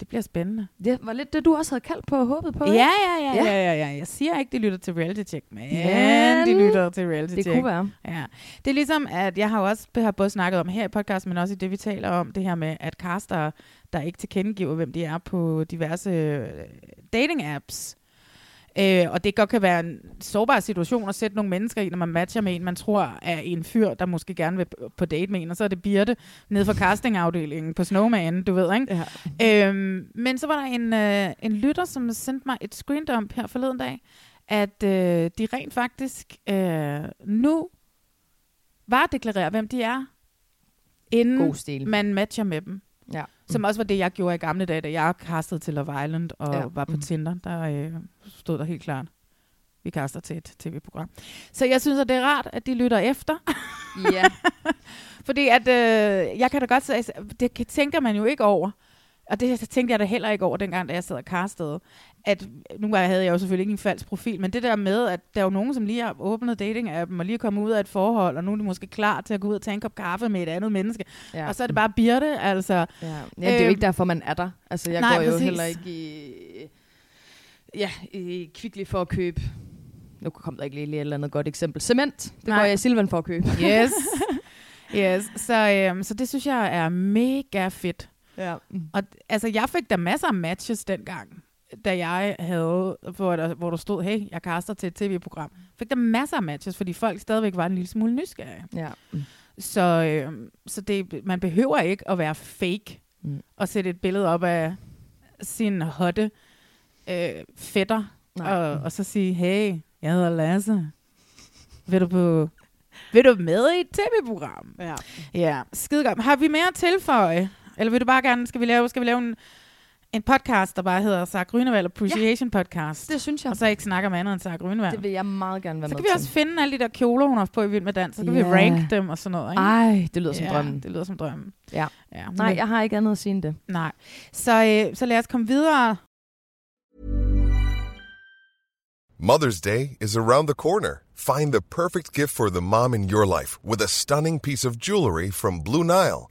S1: Det bliver spændende.
S2: Det var lidt det, du også havde kaldt på og håbet på.
S1: Ja,
S2: ikke?
S1: ja, ja, ja, ja, ja. Jeg siger ikke, de lytter til reality check, men,
S2: Men
S1: de lytter til reality
S2: det
S1: check.
S2: kunne være.
S1: Ja. Det er ligesom, at jeg har jo også har både snakket om her i podcasten, men også i det, vi taler om, det her med, at caster, der ikke tilkendegiver, hvem de er på diverse øh, dating-apps. Øh, og det godt kan være en sårbar situation at sætte nogle mennesker i, når man matcher med en, man tror er en fyr, der måske gerne vil på date med en, og så er det Birte nede fra castingafdelingen på Snowman, du ved, ikke? Ja. Øhm, men så var der en, øh, en lytter, som sendte mig et screendump her forleden dag, at øh, de rent faktisk øh, nu varedeklarerer, hvem de er, inden
S2: God stil.
S1: man matcher med dem.
S2: Ja. Mm.
S1: Som også var det, jeg gjorde i gamle dage, da jeg kastede til Love Island og
S2: Ja. Mm.
S1: ja. var på Tinder. Der øh, stod der helt klart, vi kaster til et tv-program. Så jeg synes, at det er rart, at de lytter efter.
S2: Ja.
S1: Fordi at, øh, jeg kan da godt sige, det kan- tænker man jo ikke over. Og det tænkte jeg da heller ikke over, dengang da jeg sad og castede. At, nu var- havde jeg jo selvfølgelig ikke en falsk profil, men det der med, at der er jo nogen, som lige har åbnet dating-appen og lige er kommet ud af et forhold, og nu er de måske klar til at gå ud og tage en kop kaffe med et andet menneske.
S2: Ja.
S1: Ja. Og så er det bare Birte, altså. Ja,
S2: Ja, ja det er jo ikke derfor, man er der. Altså, jeg
S1: nej,
S2: går jo
S1: præcis.
S2: heller ikke i, ja, i kvickly for at købe, nu kom der ikke lige et eller andet godt eksempel, cement. Det
S1: Nej.
S2: Nej. går jeg i Silvan for at købe.
S1: Yes. yes. Så, øhm, så det synes jeg er mega fedt.
S2: Ja.
S1: Og d- altså, jeg fik da masser af matches dengang, da jeg havde, hvor der, hvor der stod, hey, jeg kaster til et tv-program. Fik der masser af matches, fordi folk stadigvæk var en lille smule nysgerrige.
S2: ja.
S1: Så, øh, så det, man behøver ikke at være fake
S2: Mm.
S1: og sætte et billede op af sin hotte øh, fætter
S2: Nej.
S1: og, og så sige, hey, jeg hedder Lasse. Vil du, på, vil du med i et tv-program?
S2: Ja.
S1: Ja, skide godt. Har vi mere at tilføje? Eller vil du bare gerne, skal vi lave, skal vi lave en, en podcast, der bare hedder Sarah Grønevald Appreciation ja, Podcast?
S2: det synes jeg.
S1: Og så ikke snakker om andet end Sarah Grønevald.
S2: Det vil jeg meget gerne være
S1: Så
S2: med
S1: kan vi
S2: til.
S1: også finde alle de der kjoler, hun har haft på i Vild Med Dans. Så kan
S2: Ja.
S1: vi rank dem og sådan noget. Ikke?
S2: Ej, det lyder som
S1: ja,
S2: drømmen.
S1: det lyder som drømmen.
S2: Ja.
S1: ja
S2: Nej, jeg har ikke andet at sige end det.
S1: Nej. Så, øh, så lad os komme videre.
S9: Mother's Day is around the corner. Find the perfect gift for the mom in your life with a stunning piece of jewelry from Blue Nile.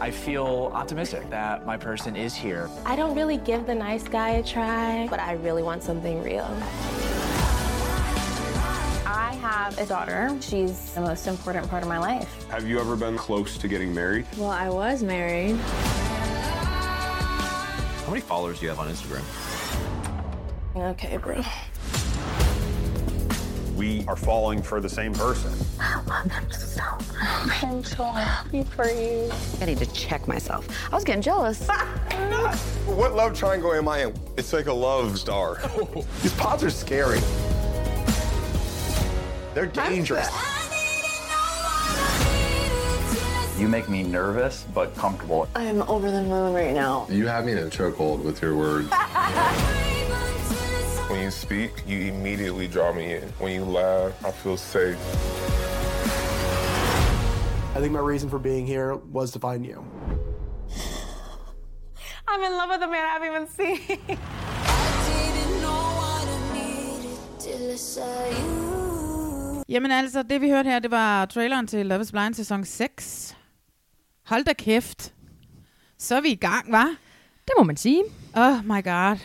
S10: I feel optimistic that my person is here.
S11: I don't really give the nice guy a try, but I really want something real. I have a daughter. She's the most important part of my life.
S12: Have you ever been close to getting married?
S11: Well, I was married.
S12: How many followers do you have on Instagram?
S11: Okay, bro.
S12: We are falling for the same person.
S11: I love him so much. I'm so happy for you.
S13: I need to check myself. I was getting jealous.
S8: What love triangle am I in? It's like a love star. These pods are scary. They're dangerous.
S10: You make me nervous but comfortable.
S11: I'm over the moon right now.
S14: You have me in a chokehold with your words. when you speak, you immediately draw me in. When you laugh, I feel safe.
S15: I think my reason for being here was to find you.
S11: I'm in love with a man I haven't even seen.
S16: Till I saw you.
S1: Jamen altså, det vi hørte her, det var traileren til Love is Blind sæson 6. Hold da kæft. Så er vi i gang, var?
S2: Det må man sige.
S1: Oh my god.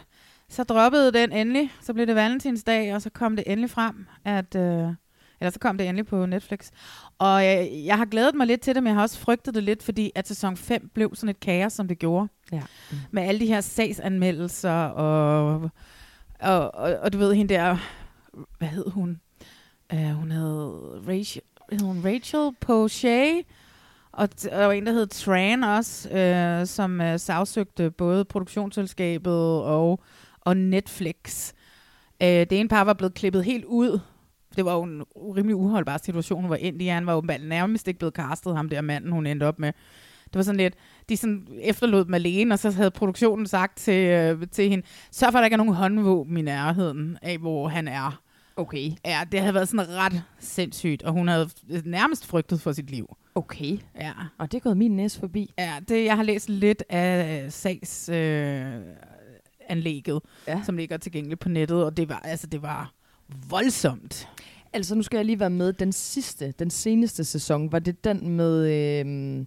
S1: Så droppede den endelig, så blev det valentinsdag, og så kom det endelig frem, at... Øh, eller så kom det endelig på Netflix. Og øh, jeg har glædet mig lidt til det, men jeg har også frygtet det lidt, fordi at sæson 5 blev sådan et kaos, som det gjorde.
S2: Ja.
S1: Mm. Med alle de her sagsanmeldelser, og, og, og, og du ved, hende der, hvad hed hun? Uh, hun hed Rachel, hed hun Rachel Pochet, og t- og der var en, der hed Tran også, øh, som øh, sagsøgte både produktionsselskabet og, og Netflix. Øh, det ene par var blevet klippet helt ud. Det var jo en rimelig uholdbar situation, hvor Indian var åbenbart nærmest ikke blevet castet, ham der manden, hun endte op med. Det var sådan lidt, de sådan efterlod dem alene, og så havde produktionen sagt til, øh, til hende, sørg for, at der ikke er nogen håndvåben i nærheden af, hvor han er.
S2: Okay.
S1: Ja, det havde været sådan ret sindssygt, og hun havde nærmest frygtet for sit liv.
S2: Okay.
S1: Ja.
S2: Og det er gået min næse forbi.
S1: Ja, det, jeg har læst lidt af øh, sags øh, anlægget,
S2: ja.
S1: som ligger tilgængeligt på nettet, og det var, altså, det var voldsomt.
S2: Altså, nu skal jeg lige være med. Den sidste, den seneste sæson, var det den med øh,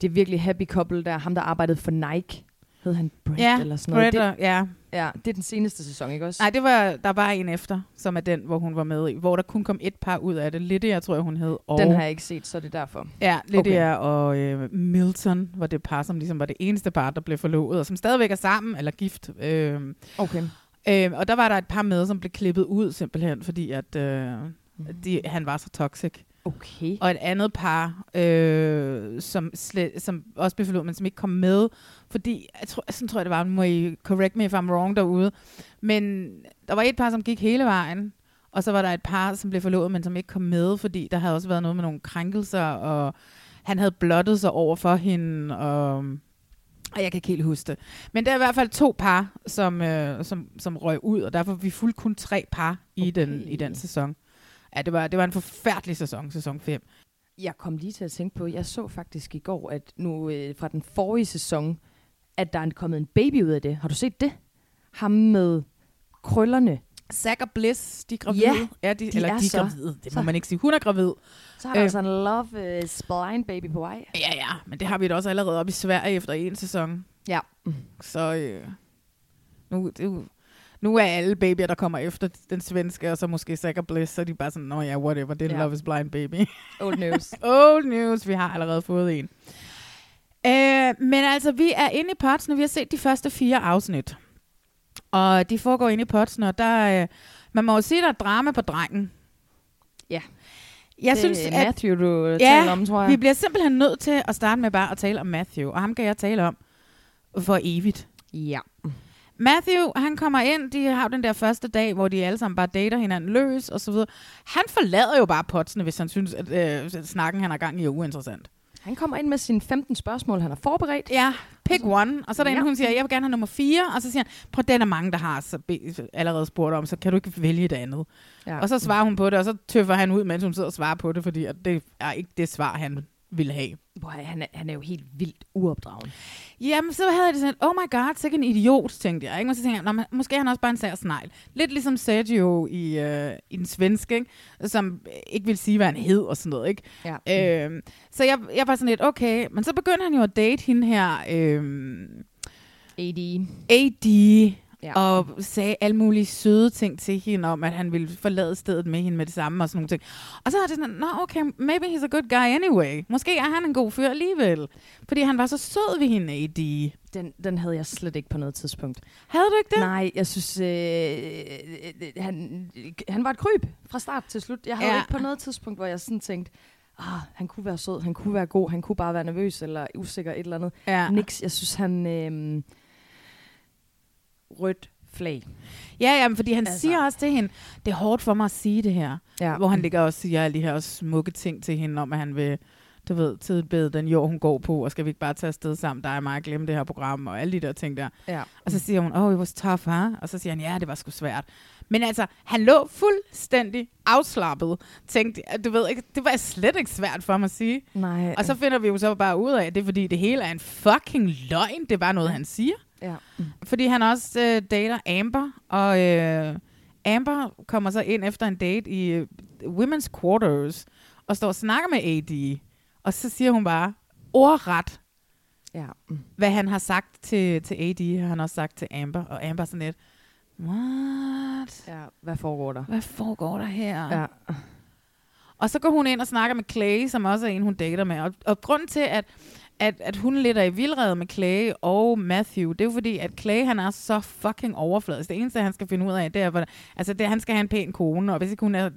S2: det virkelig happy couple der, ham der arbejdede for Nike. Hed han Brett
S1: Ja,
S2: eller sådan noget?
S1: Brett og- ja.
S2: ja, det er den seneste sæson, ikke også?
S1: Nej, det var, der var en efter, som er den, hvor hun var med i, hvor der kun kom et par ud af det. Lydia, tror jeg, hun hed. Og
S2: Den har jeg ikke set, så det er derfor.
S1: Ja, Lydia okay. og øh, Milton var det par, som ligesom var det eneste par, der blev forlovet, og som stadigvæk er sammen, eller gift. Øh,
S2: okay.
S1: Øh, og der var der et par med, som blev klippet ud simpelthen, fordi at, øh,
S2: Mm.
S1: de, han var så toxic.
S2: Okay.
S1: Og et andet par, øh, som, slet, som også blev forlovet, men som ikke kom med, fordi, jeg tror, sådan tror jeg det var, nu må I correct me if I'm wrong derude, men der var et par, som gik hele vejen, og så var der et par, som blev forlovet, men som ikke kom med, fordi der havde også været noget med nogle krænkelser, og han havde blottet sig over for hende, og, og jeg kan ikke helt huske det. Men der er i hvert fald to par, som, øh, som, som røg ud, og derfor vi fuldt kun tre par i, okay. den, i den sæson. Ja, det var, det var en forfærdelig sæson, sæson 5.
S2: Jeg kom lige til at tænke på, jeg så faktisk i går, at nu øh, fra den forrige sæson, at der er kommet en baby ud af det. Har du set det? Ham med krøllerne.
S1: Zack og Bliss, de er gravide.
S2: Ja,
S1: ja de, eller
S2: er
S1: de er
S2: så-
S1: gravide. Det må
S2: så-
S1: man ikke sige. Hun er gravid.
S2: Så
S1: Øh.
S2: har der altså en love uh, spline baby på vej.
S1: Ja, ja. Men det har vi da også allerede op i Sverige efter en sæson.
S2: Ja.
S1: Så øh, nu, det, er jo- nu er alle babyer, der kommer efter den svenske, og så måske Zack og Bliss, så er de bare sådan, nå ja, whatever, det er
S2: Ja.
S1: ja. Love is Blind Baby.
S2: Old news.
S1: Old news, vi har allerede fået en. Øh, men altså, vi er inde i Potsdam, vi har set de første fire afsnit. Og de foregår inde i Potsdam, og der, øh, man må jo sige, der er drama på drengen.
S2: Ja.
S1: Jeg
S2: det
S1: synes,
S2: er
S1: at-
S2: Matthew, du ja,
S1: ja,
S2: taler om, tror jeg.
S1: vi bliver simpelthen nødt til at starte med bare at tale om Matthew, og ham kan jeg tale om for evigt.
S2: Ja.
S1: Matthew, han kommer ind, de har jo den der første dag, hvor de alle sammen bare dater hinanden løs og så videre. Han forlader jo bare potsene, hvis han synes, at øh, snakken, han har gang i, er uinteressant.
S2: Han kommer ind med sine 15 spørgsmål, han har forberedt.
S1: Ja, pick one. Og så er der ja.
S2: Ja.
S1: en, hun siger, jeg vil gerne have nummer 4. Og så siger han, prøv den er mange, der har så be- allerede spurgt om, så kan du ikke vælge det andet.
S2: Ja.
S1: Og så svarer hun på det, og så tøffer han ud, mens hun sidder og svarer på det, fordi at det er ikke det svar, han ville have.
S2: Boy, han, er, han er jo helt vildt uopdragen.
S1: Jamen, så havde jeg det sådan, oh my god, sikke en idiot, tænkte jeg. Ikke? Men så tænkte jeg, Nå, men måske er han også bare en sær snegl. Lidt ligesom Sergio i, øh, i den svenske, ikke? som ikke ville sige, hvad han hed og sådan noget. Ikke?
S2: Ja.
S1: Øh, så jeg, jeg var sådan lidt, okay. Men så begyndte han jo at date hende her, øh,
S2: AD.
S1: AD,
S2: Ja.
S1: og sagde alle mulige søde ting til hende om, at han ville forlade stedet med hende med det samme og sådan nogle ting. Og så er det sådan, nå okay, maybe he's a good guy anyway. Måske er han en god fyr alligevel. Fordi han var så sød ved hende, AD.
S2: Den, den havde jeg slet ikke på noget tidspunkt.
S1: Havde du ikke det?
S2: Nej, jeg synes, øh, øh, han, han var et kryb fra start til slut. Jeg havde
S1: Ja.
S2: ja. ikke på noget tidspunkt, hvor jeg sådan tænkte, ah, han kunne være sød, han kunne være god, han kunne bare være nervøs eller usikker, et eller andet.
S1: Ja.
S2: Niks, jeg synes, han... Øh, rødt flag.
S1: Ja, jamen, fordi han altså.
S2: Altså.
S1: siger også til hende, det er hårdt for mig at sige det her.
S2: Ja.
S1: Hvor han ligger og siger alle de her smukke ting til hende, om at han vil, du ved, tidbede den jord, hun går på, og skal vi ikke bare tage afsted sammen, dig og mig, og glemme det her program, og alle de der ting der.
S2: Ja.
S1: Og så siger hun, oh, it was tough, huh? Og så siger han, ja, det var sgu svært. Men altså, han lå fuldstændig afslappet. Tænkte, du ved ikke, det var slet ikke svært for mig at sige.
S2: Nej.
S1: Og så finder vi jo så bare ud af, at det er fordi, det hele er en fucking løgn. Det er bare noget, han siger.
S2: Ja.
S1: Fordi han også øh, dater Amber, og øh, Amber kommer så ind efter en date i øh, Women's Quarters, og står og snakker med AD, og så siger hun bare, ordret,
S2: ja.
S1: hvad han har sagt til, til AD, har han også sagt til Amber, og Amber er sådan lidt, what?
S2: Ja, hvad foregår der?
S1: Hvad foregår der her?
S2: Ja.
S1: Og så går hun ind og snakker med Clay, som også er en, hun dater med. Og, og grunden til, at, at, at hun lidt er i vildrede med Clay og Matthew, det er jo fordi, at Clay, han er så fucking overfladisk. Det eneste, han skal finde ud af, det er, hvordan, altså det, er, han skal have en pæn kone, og hvis ikke hun er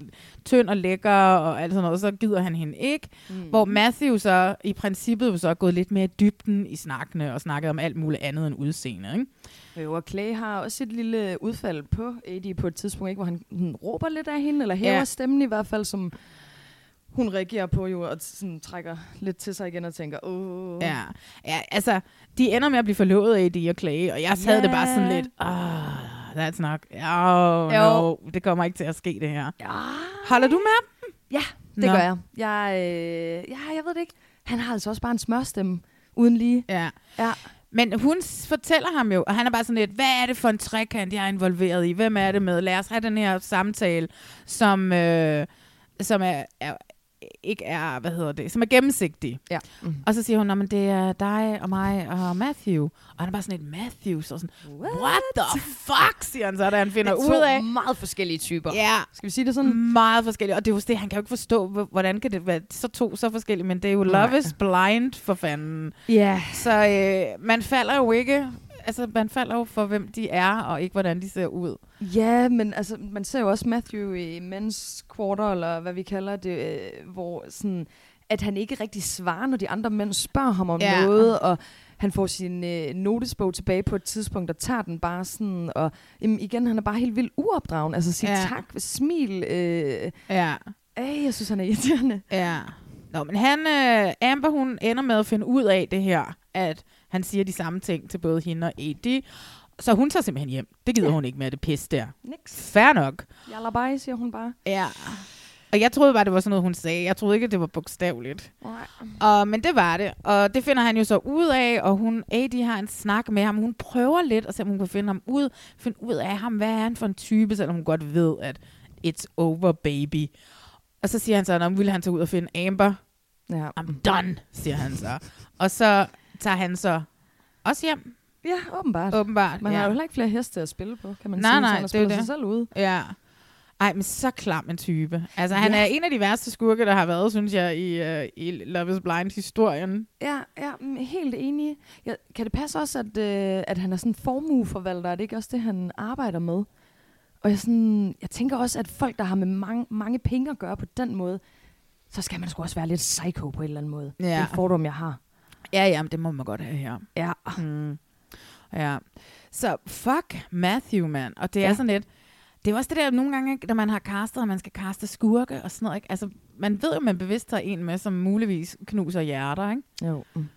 S1: tynd og lækker og alt sådan noget, så gider han hende ikke. Mm. Hvor Matthew så i princippet jo så er gået lidt mere i dybden i snakkene og snakket om alt muligt andet end udseende. Ikke?
S2: Jo, og Clay har også et lille udfald på AD på et tidspunkt, ikke, hvor han sådan råber lidt af hende, eller hæver
S1: Ja.
S2: ja. stemmen i hvert fald, som hun reagerer på jo, og sådan trækker lidt til sig igen og tænker, åh.
S1: Ja. ja, altså, de ender med at blive forlovet af AD og Clay, og jeg sad yeah. det bare sådan
S2: Ja.
S1: lidt, ah, that's not, oh,
S2: Jo.
S1: no, det kommer ikke til at ske det her. Ja. Holder du med?
S2: Ja, det
S1: Nå.
S2: gør jeg. Jeg, øh, ja, jeg ved det ikke. Han har altså også bare en smørstemme, uden lige.
S1: Ja.
S2: ja.
S1: Men hun s- fortæller ham jo, og han er bare sådan lidt, hvad er det for en trekant, jeg er involveret i? Hvem er det med? Lad os have den her samtale, som, øh, som er, er, ikke er, hvad hedder det, som er gennemsigtig.
S2: Ja.
S1: Mm. Og så siger hun, "Nå, men det er dig og mig og Matthew. Og han er bare sådan lidt, Matthew? Så sådan, what, what the fuck, siger han så, da han finder
S2: Det er
S1: ud
S2: to Mm.
S1: af.
S2: meget forskellige typer.
S1: Ja.
S2: Skal vi sige det sådan?
S1: Meget forskellige. Og det er jo også det, han kan jo ikke forstå, hvor- hvordan kan det være så to så forskellige, men det er jo love
S2: Nej.
S1: is blind for fanden.
S2: Ja.
S1: Så øh, man falder jo ikke, altså man falder jo for, hvem de er, og ikke hvordan de ser ud.
S2: Ja, men altså, man ser jo også Matthew i men's quarter, eller hvad vi kalder det, øh, hvor sådan, at han ikke rigtig svarer, når de andre mænd spørger ham om
S1: Ja.
S2: ja. noget, og han får sin øh, notesbog tilbage på et tidspunkt, og tager den bare sådan, og jamen, igen, han er bare helt vildt uopdragen. Altså, sig
S1: Ja.
S2: ja. tak, smil. Øh,
S1: Ja.
S2: Ej, jeg synes, han er irriterende.
S1: Ja. Nå, men han, øh, Amber, hun ender med at finde ud af det her, at han siger de samme ting til både hende og Eddie. Så hun tager simpelthen hjem. Det gider ja. hun ikke med det pis der.
S2: Niks.
S1: Fair nok.
S2: Jalabai, siger hun bare.
S1: Ja. Og jeg troede bare, det var sådan noget, hun sagde. Jeg troede ikke, at det var bogstaveligt.
S2: Nej.
S1: Og, men det var det. Og det finder han jo så ud af, og hun, AD har en snak med ham. Hun prøver lidt at se, om hun kan finde ham ud. Finde ud af ham, hvad er han for en type, selvom hun godt ved, at it's over, baby. Og så siger han så, om ville han tage ud og finde Amber.
S2: Ja.
S1: I'm done, siger han så. og så tager han så også hjem.
S2: Ja, åbenbart.
S1: Åbenbart,
S2: Man
S1: ja.
S2: har jo heller ikke flere heste at spille på, kan man
S1: Nej,
S2: sige.
S1: nej,
S2: så han har
S1: det er jo
S2: spillet
S1: det.
S2: sig selv ude.
S1: Ja. Ej, men så klam en type. Altså, han
S2: Ja.
S1: er en af de værste skurke, der har været, synes jeg, i, uh, i Love is Blind-historien.
S2: Ja, ja, mm, helt enig. Ja, kan det passe også, at, øh, at han er sådan en formueforvalter? Er det ikke også det, han arbejder med? Og jeg, sådan, jeg tænker også, at folk, der har med mange, mange penge at gøre på den måde, så skal man sgu også være lidt psycho på en eller anden måde.
S1: Ja.
S2: Det er en fordom, jeg har.
S1: Ja, ja, men det må man godt have her.
S2: Ja.
S1: Mm. Ja. Så fuck Matthew, mand. Og det er ja.
S2: Ja.
S1: sådan lidt... Det er jo også det der, nogle gange, ikke, når man har castet, og man skal kaste skurke og sådan noget. Ikke? Altså, man ved jo, man bevidst har en med, som muligvis knuser hjerter, ikke?
S2: Jo. Mm.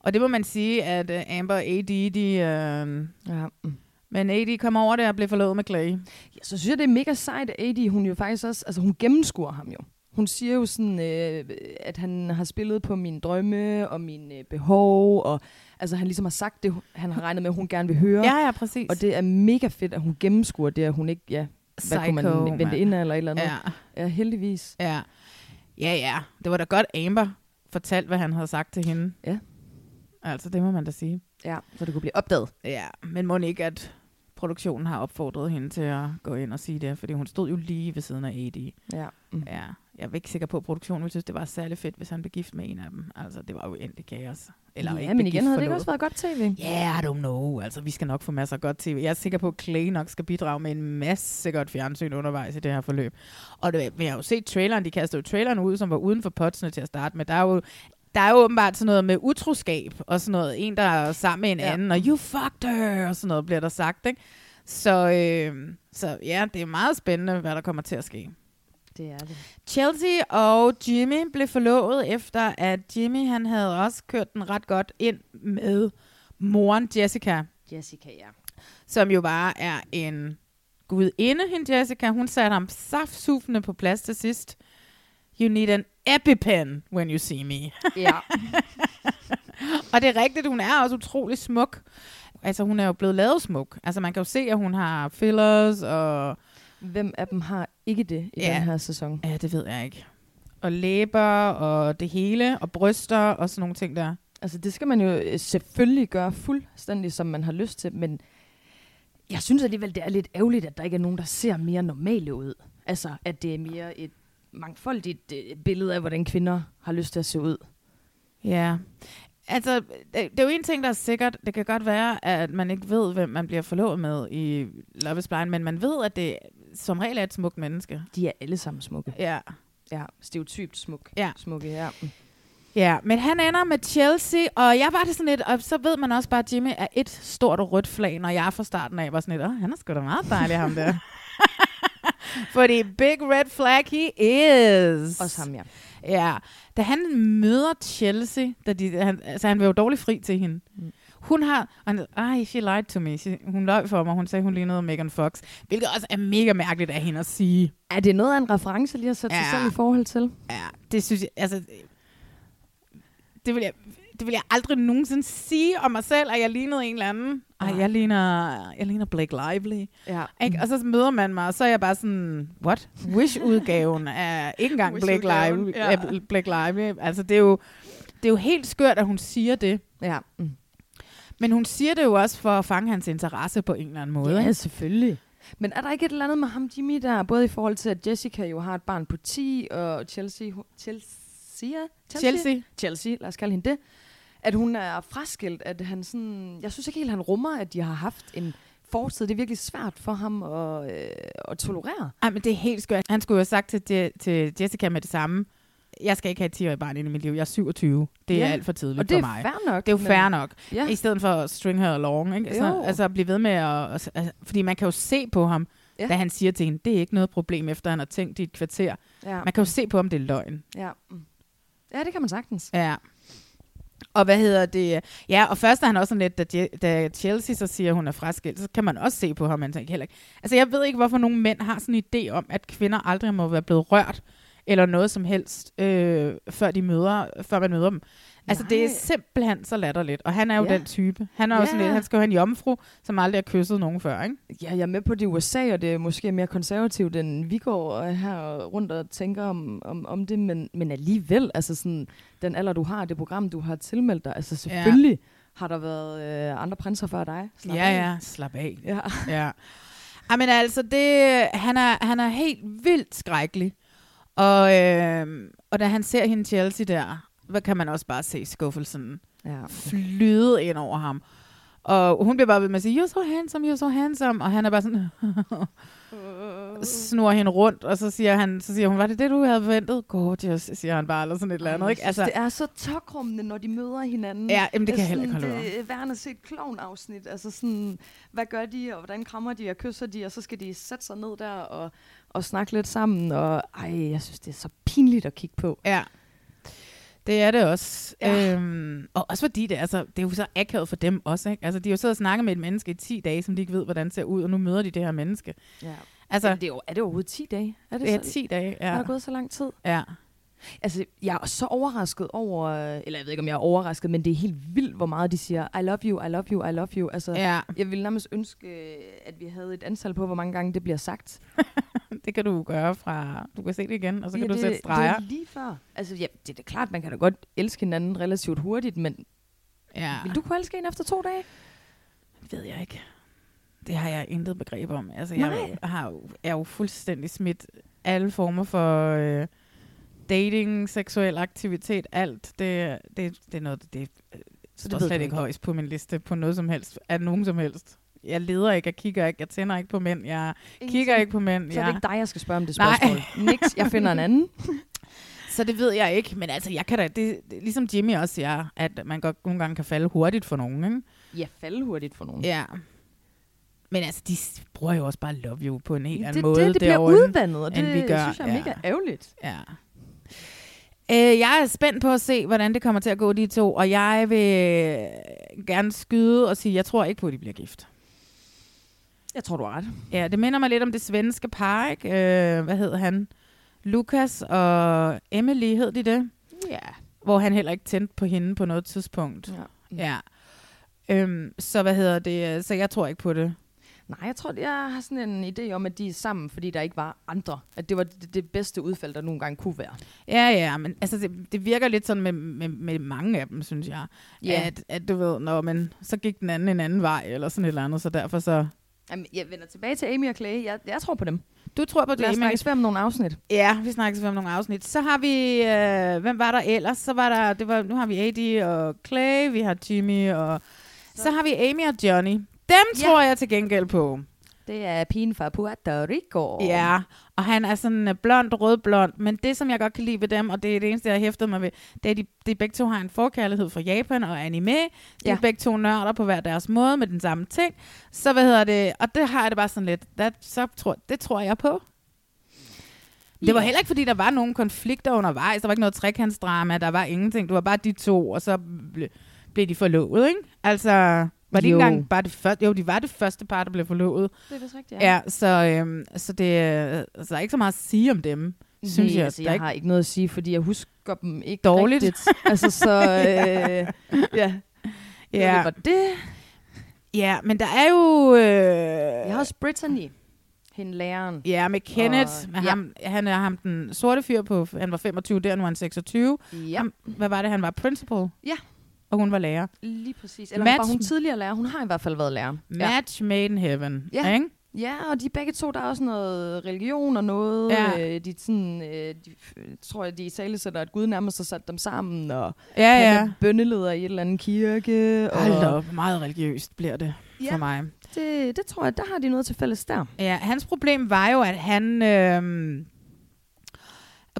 S1: Og det må man sige, at uh, Amber og AD, de... Uh,
S2: ja. mm.
S1: Men AD kom over der og blev forlovet med Clay.
S2: Ja, så synes jeg, det er mega sejt, at AD, hun jo faktisk også, altså hun gennemskuer ham jo. Hun siger jo sådan, øh, at han har spillet på mine drømme og mine øh, behov, og altså han ligesom har sagt det, han har regnet med, at hun gerne vil høre.
S1: Ja, ja, præcis.
S2: Og det er mega fedt, at hun gennemskuer det, at hun ikke, ja, hvad kunne
S1: Psycho,
S2: man vente
S1: mand.
S2: ind af, eller et eller andet.
S1: Ja.
S2: ja heldigvis.
S1: Ja. Ja, ja. Det var da godt, Amber fortalte, hvad han havde sagt til hende.
S2: Ja.
S1: Altså, det må man da sige.
S2: Ja, så det kunne blive opdaget.
S1: Ja, men må ikke, at produktionen har opfordret hende til at gå ind og sige det, fordi hun stod jo lige ved siden af AD.
S2: Ja.
S1: Ja. Jeg er ikke sikker på, at produktionen ville synes, det var særlig fedt, hvis han blev gift med en af dem. Altså, det var jo endelig kaos. Eller
S2: ja,
S1: ikke
S2: men
S1: blev gift
S2: igen havde
S1: for
S2: det ikke
S1: noget.
S2: også været godt tv.
S1: Ja, yeah, I don't know. Altså, vi skal nok få masser af godt tv. Jeg er sikker på, at Clay nok skal bidrage med en masse godt fjernsyn undervejs i det her forløb. Og det, vi har jo set traileren. De kastede jo traileren ud, som var uden for potsene til at starte med. Der er jo der er jo åbenbart sådan noget med utroskab, og sådan noget, en der er sammen med en ja. anden, og you fucked her, og sådan noget bliver der sagt, ikke? Så, øh, så ja, det er meget spændende, hvad der kommer til at ske.
S2: Det er det.
S1: Chelsea og Jimmy blev forlovet efter, at Jimmy han havde også kørt den ret godt ind med moren Jessica,
S2: Jessica, ja.
S1: som jo bare er en gudinde, hende Jessica. Hun satte ham saftsufende på plads til sidst. You need an EpiPen when you see me.
S2: Ja.
S1: og det er rigtigt, hun er også utrolig smuk. Altså, hun er jo blevet lavet smuk. Altså, man kan jo se, at hun har fillers og
S2: Hvem af dem har ikke det i
S1: Ja.
S2: den her sæson?
S1: Ja, det ved jeg ikke. Og læber og det hele, og bryster og sådan nogle ting der.
S2: Altså, det skal man jo øh, selvfølgelig gøre fuldstændig, som man har lyst til, men jeg synes alligevel, det er lidt ærgerligt, at der ikke er nogen, der ser mere normale ud. Altså, at det er mere et mangfoldigt øh, billede af, hvordan kvinder har lyst til at se ud.
S1: Ja. Altså, det det er jo en ting, der er sikkert. Det kan godt være, at man ikke ved, hvem man bliver forlovet med i Love is Blind, men man ved, at det som regel er et smukt menneske.
S2: De er alle sammen smukke.
S1: Ja.
S2: Ja, stereotypt smuk.
S1: Ja.
S2: Smukke, ja.
S1: Ja, men han ender med Chelsea, og jeg var det sådan lidt, og så ved man også bare, at Jimmy er et stort rødt flag, når jeg fra starten af var sådan lidt, åh, han er sgu da meget dejlig, ham der. Fordi big red flag he is.
S2: Også ham, ja.
S1: Ja, da han møder Chelsea, da de, han, altså han var jo dårlig fri til hende. Hun har, og han, ej, she lied to me. She, hun løj for mig, hun sagde, hun lignede Megan Fox. Hvilket også er mega mærkeligt af hende at sige.
S2: Er det noget af en reference lige at sætte sig
S1: Ja.
S2: selv i forhold til?
S1: Ja, det synes jeg, altså, det vil jeg, det vil jeg aldrig nogensinde sige om mig selv, at jeg lignede en eller anden. Ej, jeg ligner, jeg ligner Blake Lively.
S2: Ja.
S1: Ikke? Og så møder man mig, og så er jeg bare sådan, what? Wish-udgaven er ikke engang Blake
S2: Wish-udgaven,
S1: Lively.
S2: ja.
S1: Ja. Blake Lively. Altså, det er, jo, det er jo helt skørt, at hun siger det.
S2: Ja. mm.
S1: Men hun siger det jo også for at fange hans interesse på en eller anden måde.
S2: Ja,
S1: ikke?
S2: selvfølgelig. Men er der ikke et eller andet med ham, Jimmy, der både i forhold til, at Jessica jo har et barn på 10, og Chelsea... hu- Chelsea?
S1: Chelsea.
S2: Chelsea, lad os kalde hende det. At hun er fraskilt, at han sådan... Jeg synes ikke helt, han rummer, at de har haft en fortid. Det er virkelig svært for ham at, øh, at tolerere.
S1: Ej, men det er helt skørt. Han skulle jo have sagt til, Je- til Jessica med det samme, jeg skal ikke have et 10-årigt barn ind i mit liv. Jeg er 27. Det er
S2: Ja.
S1: alt for tidligt
S2: Og det
S1: for
S2: er
S1: mig.
S2: fair nok,
S1: Det er jo
S2: men-
S1: fair nok.
S2: Ja.
S1: I stedet for at string her along. Ikke?
S2: Jo.
S1: Altså, altså at blive ved med at... Altså, fordi man kan jo se på ham,
S2: Ja.
S1: ja. da han siger til hende, det er ikke noget problem, efter han har tænkt i et kvarter.
S2: Ja.
S1: Man kan jo se på, om det er løgn.
S2: Ja. mm. ja, det kan man sagtens.
S1: Ja. Og hvad hedder det? Ja, og først er han også sådan lidt, da, Je- da Chelsea så siger, at hun er fraskilt, så kan man også se på ham, han tænker heller ikke. Altså, jeg ved ikke, hvorfor nogle mænd har sådan en idé om, at kvinder aldrig må være blevet rørt, eller noget som helst, øh, før, de møder, før man møder dem. Altså, Nej. det er
S2: Nej.
S1: simpelthen så latterligt. Og han er jo
S2: Ja.
S1: ja. den type. Han er ja. jo sådan
S2: Ja.
S1: lidt, han skal jo have en jomfru, som aldrig har kysset nogen før, ikke?
S2: Ja, jeg er med på det i USA, og det er måske mere konservativt, end vi går og her rundt og tænker om, om, om det, men, men alligevel, altså sådan, den alder, du har, det program, du har tilmeldt dig, altså selvfølgelig ja. har der været øh, andre prinser før dig. Slap
S1: ja,
S2: af.
S1: ja, slap af.
S2: Ja.
S1: ja. Ej, men altså, det, han, er, han er helt vildt skrækkelig. Og, øh, og da han ser hende Chelsea der, hvad kan man også bare se skuffelsen
S2: ja.
S1: flyde ind over ham. Og hun bliver bare ved med at sige, you're so handsome, you're so handsome. Og han er bare sådan, snor hende rundt, og så siger, han, så siger hun, var det det, du havde forventet? Gorgeous, siger han bare, eller sådan et eller andet. Ikke?
S2: Altså, det er så tokrummende, når de møder hinanden.
S1: Ja, jamen, det kan jeg heller ikke
S2: sådan,
S1: holde
S2: Det er værende at se et klovn-afsnit. Altså sådan, hvad gør de, og hvordan krammer de, og kysser de, og så skal de sætte sig ned der og, og snakke lidt sammen. Og ej, jeg synes, det er så pinligt at kigge på.
S1: Ja. Det er det også. Ja. Øhm, og også fordi det, er så, det er jo så akavet for dem også. Ikke? Altså, de har jo siddet og snakket med et menneske i 10 dage, som de ikke ved, hvordan det ser ud, og nu møder de det her menneske.
S2: Ja.
S1: Altså,
S2: Men det er, jo, er det overhovedet 10 dage? Er
S1: Ja,
S2: så-
S1: 10 dage, ja.
S2: Er der gået så lang tid?
S1: Ja.
S2: Altså, jeg er så overrasket over, øh, eller jeg ved ikke, om jeg er overrasket, men det er helt vildt, hvor meget de siger, I love you, I love you, I love you. Altså,
S1: Ja.
S2: jeg ville nærmest ønske, øh, at vi havde et antal på, hvor mange gange det bliver sagt.
S1: det kan du gøre fra... Du kan se det igen, og så
S2: Ja,
S1: kan du
S2: det-
S1: sætte streger.
S2: Det er lige før. Altså, ja, det er da klart, man kan da godt elske hinanden relativt hurtigt, men
S1: ja.
S2: vil du kunne elske en efter to dage?
S1: ved jeg ikke. Det har jeg intet begreb om. Altså,
S2: Nej.
S1: jeg har jo, er jo fuldstændig smidt alle former for øh, dating, seksuel aktivitet, alt. Det, det, det er noget, det, det øh, står
S2: ved
S1: slet
S2: du
S1: ikke
S2: ikke?
S1: højst på min liste på noget som helst, af nogen som helst. Jeg leder ikke, jeg kigger ikke, jeg tænder ikke på mænd, jeg kigger
S2: Ingenting.
S1: ikke på mænd.
S2: Så er
S1: jeg...
S2: det ikke dig, jeg skal spørge om det
S1: Nej.
S2: spørgsmål. Niks, jeg finder en anden.
S1: Så det ved jeg ikke, men altså, jeg kan da, det, det, ligesom Jimmy også siger, at man godt nogle gange kan falde hurtigt for nogen, ikke?
S2: Ja, falde hurtigt for nogen.
S1: Ja. Men altså, de s- bruger jo også bare love you på en helt
S2: Det,
S1: anden
S2: det,
S1: måde.
S2: det, det bliver
S1: derovre,
S2: udvandet, og det
S1: end vi gør.
S2: synes jeg er
S1: ja.
S2: mega ærgerligt.
S1: Ja. Øh, jeg er spændt på at se, hvordan det kommer til at gå, de to. Og jeg vil øh, gerne skyde og sige, jeg tror ikke på, at de bliver gift.
S2: Jeg tror, du har ret.
S1: Ja, det minder mig lidt om det svenske par, ikke? Øh, hvad hed han? Lukas og Emily, hed de det?
S2: Ja.
S1: Hvor han heller ikke tændte på hende på noget tidspunkt.
S2: Ja.
S1: ja. Øhm, så hvad hedder det? Så jeg tror ikke på det.
S2: Nej, jeg tror, jeg har sådan en idé om, at de er sammen, fordi der ikke var andre. At det var det, det bedste udfald, der nogle gange kunne være.
S1: Ja, ja, men altså, det, det virker lidt sådan med, med, med mange af dem, synes jeg.
S2: Ja.
S1: At, at du ved, nå, men så gik den anden en anden vej, eller sådan et eller andet, så derfor så...
S2: Jamen, jeg vender tilbage til Amy og Clay. Jeg, jeg tror på dem.
S1: Du tror på
S2: Lad os
S1: Amy.
S2: snakke om nogle afsnit.
S1: Ja, vi snakkes om nogle afsnit. Så har vi, øh, hvem var der ellers? Så var der, det var, nu har vi AD og Clay, vi har Jimmy, og så, så har vi Amy og Johnny. Dem ja. tror jeg til gengæld på.
S2: Det er pigen fra Puerto Rico.
S1: Ja, og han er sådan øh, blond, rødblond, men det, som jeg godt kan lide ved dem, og det er det eneste, jeg har hæftet mig ved, det er, at de, de begge to har en forkærlighed for Japan og anime. De ja. er
S2: Ja.
S1: begge to nørder på hver deres måde med den samme ting. Så hvad hedder det? Og det har jeg det bare sådan lidt, that, så tror, det tror jeg på. Det var
S2: Ja.
S1: heller ikke, fordi der var nogen konflikter undervejs. Der var ikke noget trekantsdrama, der var ingenting. Det var bare de to, og så ble, blev de forlovet, ikke? Altså, var de ikke
S2: Jo.
S1: engang bare det første? Jo, de var det første par, der blev forlovet.
S2: Det er vist rigtigt,
S1: Ja, så, øhm, så det, øh, så der er ikke så meget at sige om dem, synes
S2: Nej,
S1: jeg.
S2: altså,
S1: Der er
S2: jeg har ikke noget at sige, fordi jeg husker dem ikke
S1: Dårligt.
S2: rigtigt. altså, så... Øh, ja.
S1: Ja.
S2: Det var det.
S1: Ja, men der er jo... Øh,
S2: Jeg har også Brittany. Hende læreren.
S1: Ja, med Kenneth.
S2: Og-
S1: med
S2: ja.
S1: ham, han er ham den sorte fyr på... Han var 25 der, nu er han 26.
S2: Ja.
S1: Ham, hvad var det, han var? Principal?
S2: Ja.
S1: Og hun var lærer.
S2: Lige præcis. Eller
S1: Match-
S2: var hun tidligere lærer? Hun har i hvert fald været lærer.
S1: Match made in heaven.
S2: Ja.
S1: Ikke?
S2: Ja, og de er begge to, der er også noget religion og noget.
S1: Ja.
S2: Ja. Øh, de, er sådan, øh, de øh, tror jeg, de i tale sætter, at Gud nærmest har sat dem sammen. Og
S1: Ja,
S2: han
S1: ja.
S2: er bønneleder i et eller andet kirke. Og
S1: Hold da op, meget religiøst bliver det ja.
S2: Ja.
S1: for mig.
S2: Det, det tror jeg, der har de noget til fælles der.
S1: Ja, hans problem var jo, at han... Øh,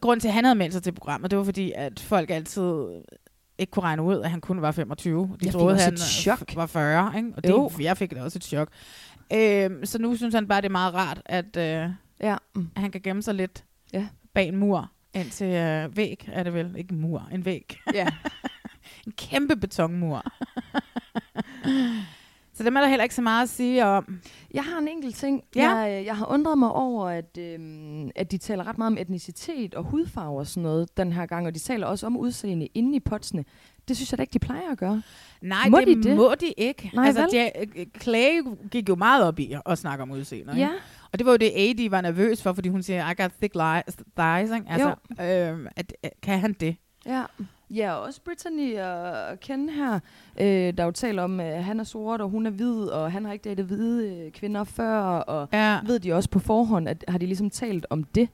S1: grunden til, at han havde meldt sig til programmet, det var fordi, at folk altid ikke kunne regne ud, at han kun var 25. De
S2: Jeg fik
S1: troede,
S2: også
S1: han øh,
S2: et chok.
S1: var 40, ikke? og det,
S2: Jo.
S1: jeg fik da også et chok. Øh, så nu synes han bare, det er meget rart, at øh,
S2: ja.
S1: han kan gemme sig lidt
S2: Ja.
S1: bag en mur ind til øh, væg, er det vel? Ikke en mur, en væg.
S2: Ja.
S1: en kæmpe betonmur. så dem er der heller ikke så meget at sige om.
S2: Jeg har en enkelt ting.
S1: Ja.
S2: Jeg, øh, jeg har undret mig over, at, øhm, at de taler ret meget om etnicitet og hudfarve og sådan noget den her gang, og de taler også om udseende inde i potsene. Det synes jeg da ikke, de plejer at gøre.
S1: Nej,
S2: Må
S1: det,
S2: de det?
S1: må de ikke.
S2: Nej,
S1: altså,
S2: vel?
S1: de, Clay gik jo meget op i at snakke om udseende.
S2: Ja.
S1: Ikke? Og det var jo det, AD var nervøs for, fordi hun siger, I got thick li- thighs. Ikke? Altså, øhm, at, at, kan han det?
S2: Ja. Ja, og også Brittany og og Ken her, øh, der jo taler om, at han er sort, og hun er hvid, og han har ikke datet hvide øh, kvinder før, og
S1: ja.
S2: ved de også på forhånd, at har de ligesom talt om det,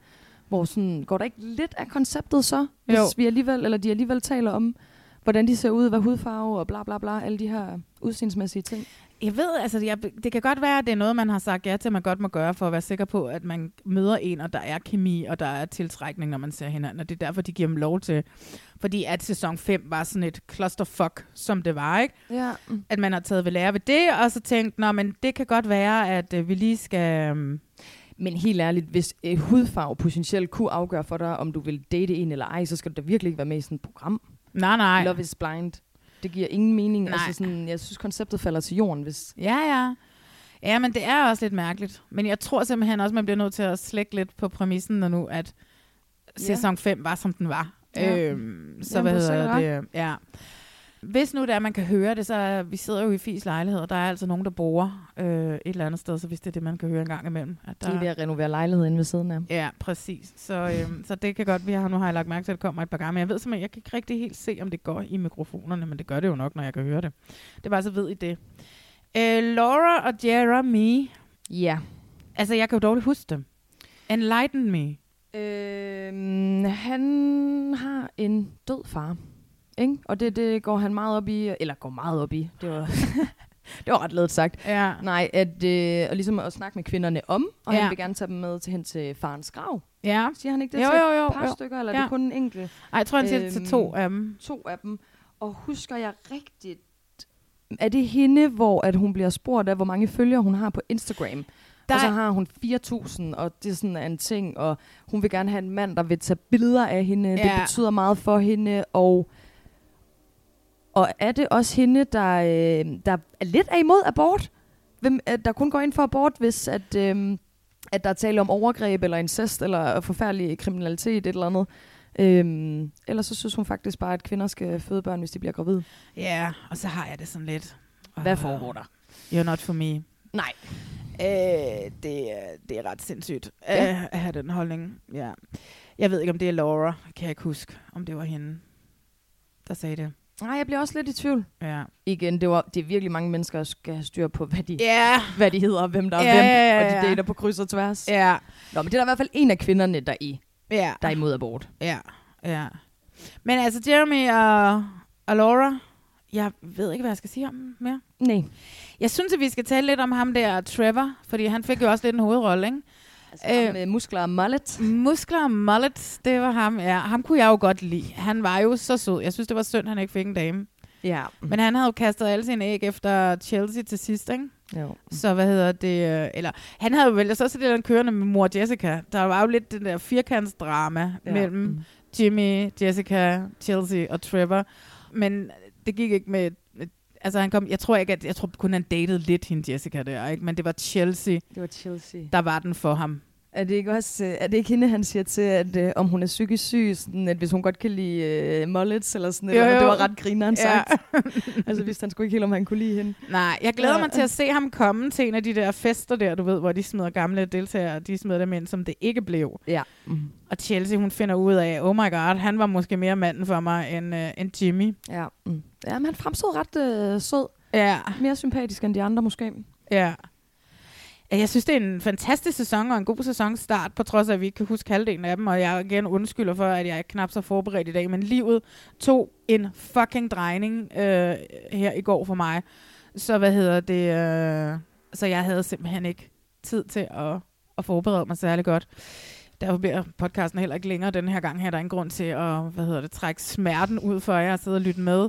S2: hvor sådan, går der ikke lidt af konceptet så, hvis
S1: Jo.
S2: vi alligevel, eller de alligevel taler om, hvordan de ser ud, hvad hudfarve og bla bla bla, alle de her udseendsmæssige ting.
S1: Jeg ved, altså jeg, det kan godt være, at det er noget, man har sagt ja til, at man godt må gøre, for at være sikker på, at man møder en, og der er kemi, og der er tiltrækning, når man ser hinanden. Og det er derfor, de giver dem lov til. Fordi at sæson 5 var sådan et clusterfuck, som det var, ikke?
S2: Ja.
S1: At man har taget ved lære ved det, og så tænkt, nå, men det kan godt være, at øh, vi lige skal... øhm,
S2: Men helt ærligt, hvis øh, hudfarve potentielt kunne afgøre for dig, om du vil date en eller ej, så skal du da virkelig ikke være med i sådan et program.
S1: Nej, nej.
S2: Love is blind. Det giver ingen mening.
S1: Nej.
S2: Altså sådan, jeg synes, konceptet falder til jorden, hvis...
S1: Ja, ja. Ja, men det er også lidt mærkeligt. Men jeg tror simpelthen også, man bliver nødt til at slække lidt på præmissen, når nu at
S2: Ja.
S1: sæson 5 var, som den var.
S2: Ja.
S1: Øhm, så
S2: Jamen,
S1: hvad
S2: du har
S1: hedder
S2: sikkert
S1: det? Ja. Hvis nu det er, man kan høre det, så er, vi sidder jo i Fis lejlighed, og der er altså nogen, der bor øh, et eller andet sted, så hvis det er det, man kan høre en gang imellem. At
S2: De er ved
S1: der,
S2: at renovere lejligheden ved siden af.
S1: ja, præcis. Så, øhm, så det kan godt være, nu har jeg lagt mærke til, at det kommer et par gange, men jeg ved simpelthen, jeg kan ikke rigtig helt se, om det går i mikrofonerne, men det gør det jo nok, når jeg kan høre det. Det er bare så ved I det. Øh, Laura og Jeremy.
S2: Ja.
S1: Altså, jeg kan jo dårligt huske dem. Enlighten me.
S2: Øhm, han har en død far. Ikke? Og det, det går han meget op i, eller går meget op i, det var, det var ret ledet sagt.
S1: Ja.
S2: Nej, at, øh, og ligesom at snakke med kvinderne om, og
S1: Ja.
S2: han vil gerne tage dem med til hen til farens grav.
S1: Ja.
S2: Siger han ikke det
S1: Jo,
S2: til
S1: jo, jo,
S2: et par
S1: jo. Øhm.
S2: stykker, eller ja. er
S1: Ja.
S2: det kun en enkelt?
S1: Ej, jeg tror, han siger det til to af dem.
S2: To af dem. Og husker jeg rigtigt, er det hende, hvor at hun bliver spurgt af, hvor mange følgere hun har på Instagram?
S1: Der
S2: Der og så
S1: er-
S2: har hun 4.000, og det er sådan en ting, og hun vil gerne have en mand, der vil tage billeder af hende. Ja. Det
S1: Ja.
S2: betyder meget for hende, og... Og er det også hende, der, øh, der er lidt er imod abort? Hvem, øh, der kun går ind for abort, hvis at, øh, at der er tale om overgreb, eller incest, eller forfærdelig kriminalitet, et eller andet. Øhm, ellers så synes hun faktisk bare, at kvinder skal føde børn, hvis de bliver gravide.
S1: Ja, og så har jeg det sådan lidt.
S2: Hvad foregår der?
S1: You're not for me.
S2: Nej.
S1: Øh, det, er- det er ret sindssygt
S2: Ja.
S1: ja. at have den holdning. Ja. Jeg ved ikke, om det er Laura. Kan jeg ikke huske, om det var hende, der sagde det.
S2: Nej, jeg bliver også lidt i tvivl.
S1: Ja.
S2: Igen, det, var, det er virkelig mange mennesker, der skal have styr på, hvad de,
S1: Ja.
S2: hvad de hedder, og hvem der er
S1: Ja,
S2: hvem,
S1: ja, ja,
S2: og de
S1: ja.
S2: dater på kryds og tværs.
S1: Ja.
S2: Nå, men det er der i hvert fald en af kvinderne, der er, i,
S1: Ja.
S2: der er imod abort.
S1: Ja, ja. Men altså, Jeremy og, og Laura, jeg ved ikke, hvad jeg skal sige om dem mere.
S2: Nej.
S1: Jeg synes, at vi skal tale lidt om ham der, Trevor, fordi han fik jo også lidt en hovedrolle, ikke? Øh,
S2: Altså ham med muskler og mullet.
S1: Muskler og mullet, det var ham, ja. Ham kunne jeg jo godt lide. Han var jo så sød. Jeg synes, det var synd, han ikke fik en dame.
S2: Ja.
S1: Mm. Men han havde jo kastet alle sine æg efter Chelsea til sidst, ikke?
S2: Jo.
S1: Så hvad hedder det? øh, Eller han havde jo vel så også det der kørende med mor Jessica. Der var jo lidt den der firkantsdrama
S2: Ja. Mm.
S1: ja. mellem Jimmy, Jessica, Chelsea og Trevor. Men det gik ikke med... med- Altså han kom, jeg tror ikke, at jeg tror kun han datede lidt hende Jessica der, ikke? Men det var Chelsea,
S2: Det var Chelsea.
S1: der var den for ham.
S2: Er det ikke også øh, er det ikke hende, han siger til, at øh, om hun er psykisk syg, sådan, at hvis hun godt kan lide øh, mullets eller sådan
S1: Jo,
S2: noget, det
S1: jo.
S2: var ret grineren
S1: Ja.
S2: sagt. altså vidste han sgu ikke helt, om han kunne lide hende.
S1: Nej, jeg glæder
S2: Ja.
S1: mig til at se ham komme til en af de der fester der, du ved, hvor de smider gamle deltagere, og de smider dem ind, som det ikke blev.
S2: Ja.
S1: Og Chelsea, hun finder ud af, oh my god, han var måske mere manden for mig end, øh, end Jimmy.
S2: Ja. Mm. ja, men han fremstod ret øh, sød.
S1: Ja.
S2: Mere sympatisk end de andre måske.
S1: Ja. Ja, Jeg synes, det er en fantastisk sæson og en god sæsonstart, på trods af, at vi ikke kan huske halvdelen af dem, og jeg igen undskylder for, at jeg er knap så forberedt i dag, men livet tog en fucking drejning øh, her i går for mig. Så hvad hedder det? Øh, så jeg havde simpelthen ikke tid til at, at forberede mig særlig godt. Derfor bliver podcasten heller ikke længere den her gang her. Der er en grund til at hvad hedder det, trække smerten ud for jer og sidde og lytte med.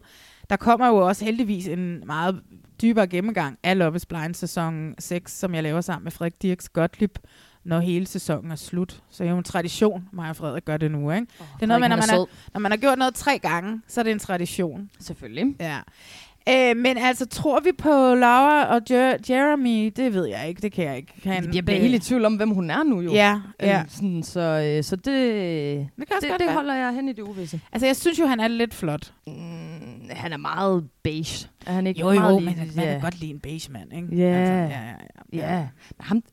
S1: Der kommer jo også heldigvis en meget dybere gennemgang af Love is Blind sæson 6, som jeg laver sammen med Frederik Dirks Gottlieb, når hele sæsonen er slut. Så det er jo en tradition, mig og Frederik gør det nu. Ikke? Oh, det er noget med, når
S2: Frederik,
S1: man,
S2: han er
S1: har, når man har gjort noget tre gange, så er det en tradition.
S2: Selvfølgelig.
S1: Ja. Øh, men altså, tror vi på Laura og Jer- Jeremy? Det ved jeg ikke. Det kan jeg ikke. Han,
S2: Jeg bliver helt i tvivl om, hvem hun er nu jo.
S1: Ja,
S2: Øh,
S1: ja.
S2: Sådan, så, øh, så
S1: Det
S2: det,
S1: kan også
S2: det,
S1: godt
S2: det
S1: være.
S2: holder jeg hen i det uvisse.
S1: Altså, jeg synes jo, han er lidt flot.
S2: Mm, han er meget beige. Er han ikke
S1: Jo, jo,
S2: meget
S1: men
S2: lige-
S1: man kan
S2: Ja.
S1: godt lide en beige mand, ikke?
S2: Ja.
S1: Altså, ja, ja,
S2: ja. ja. Men ham,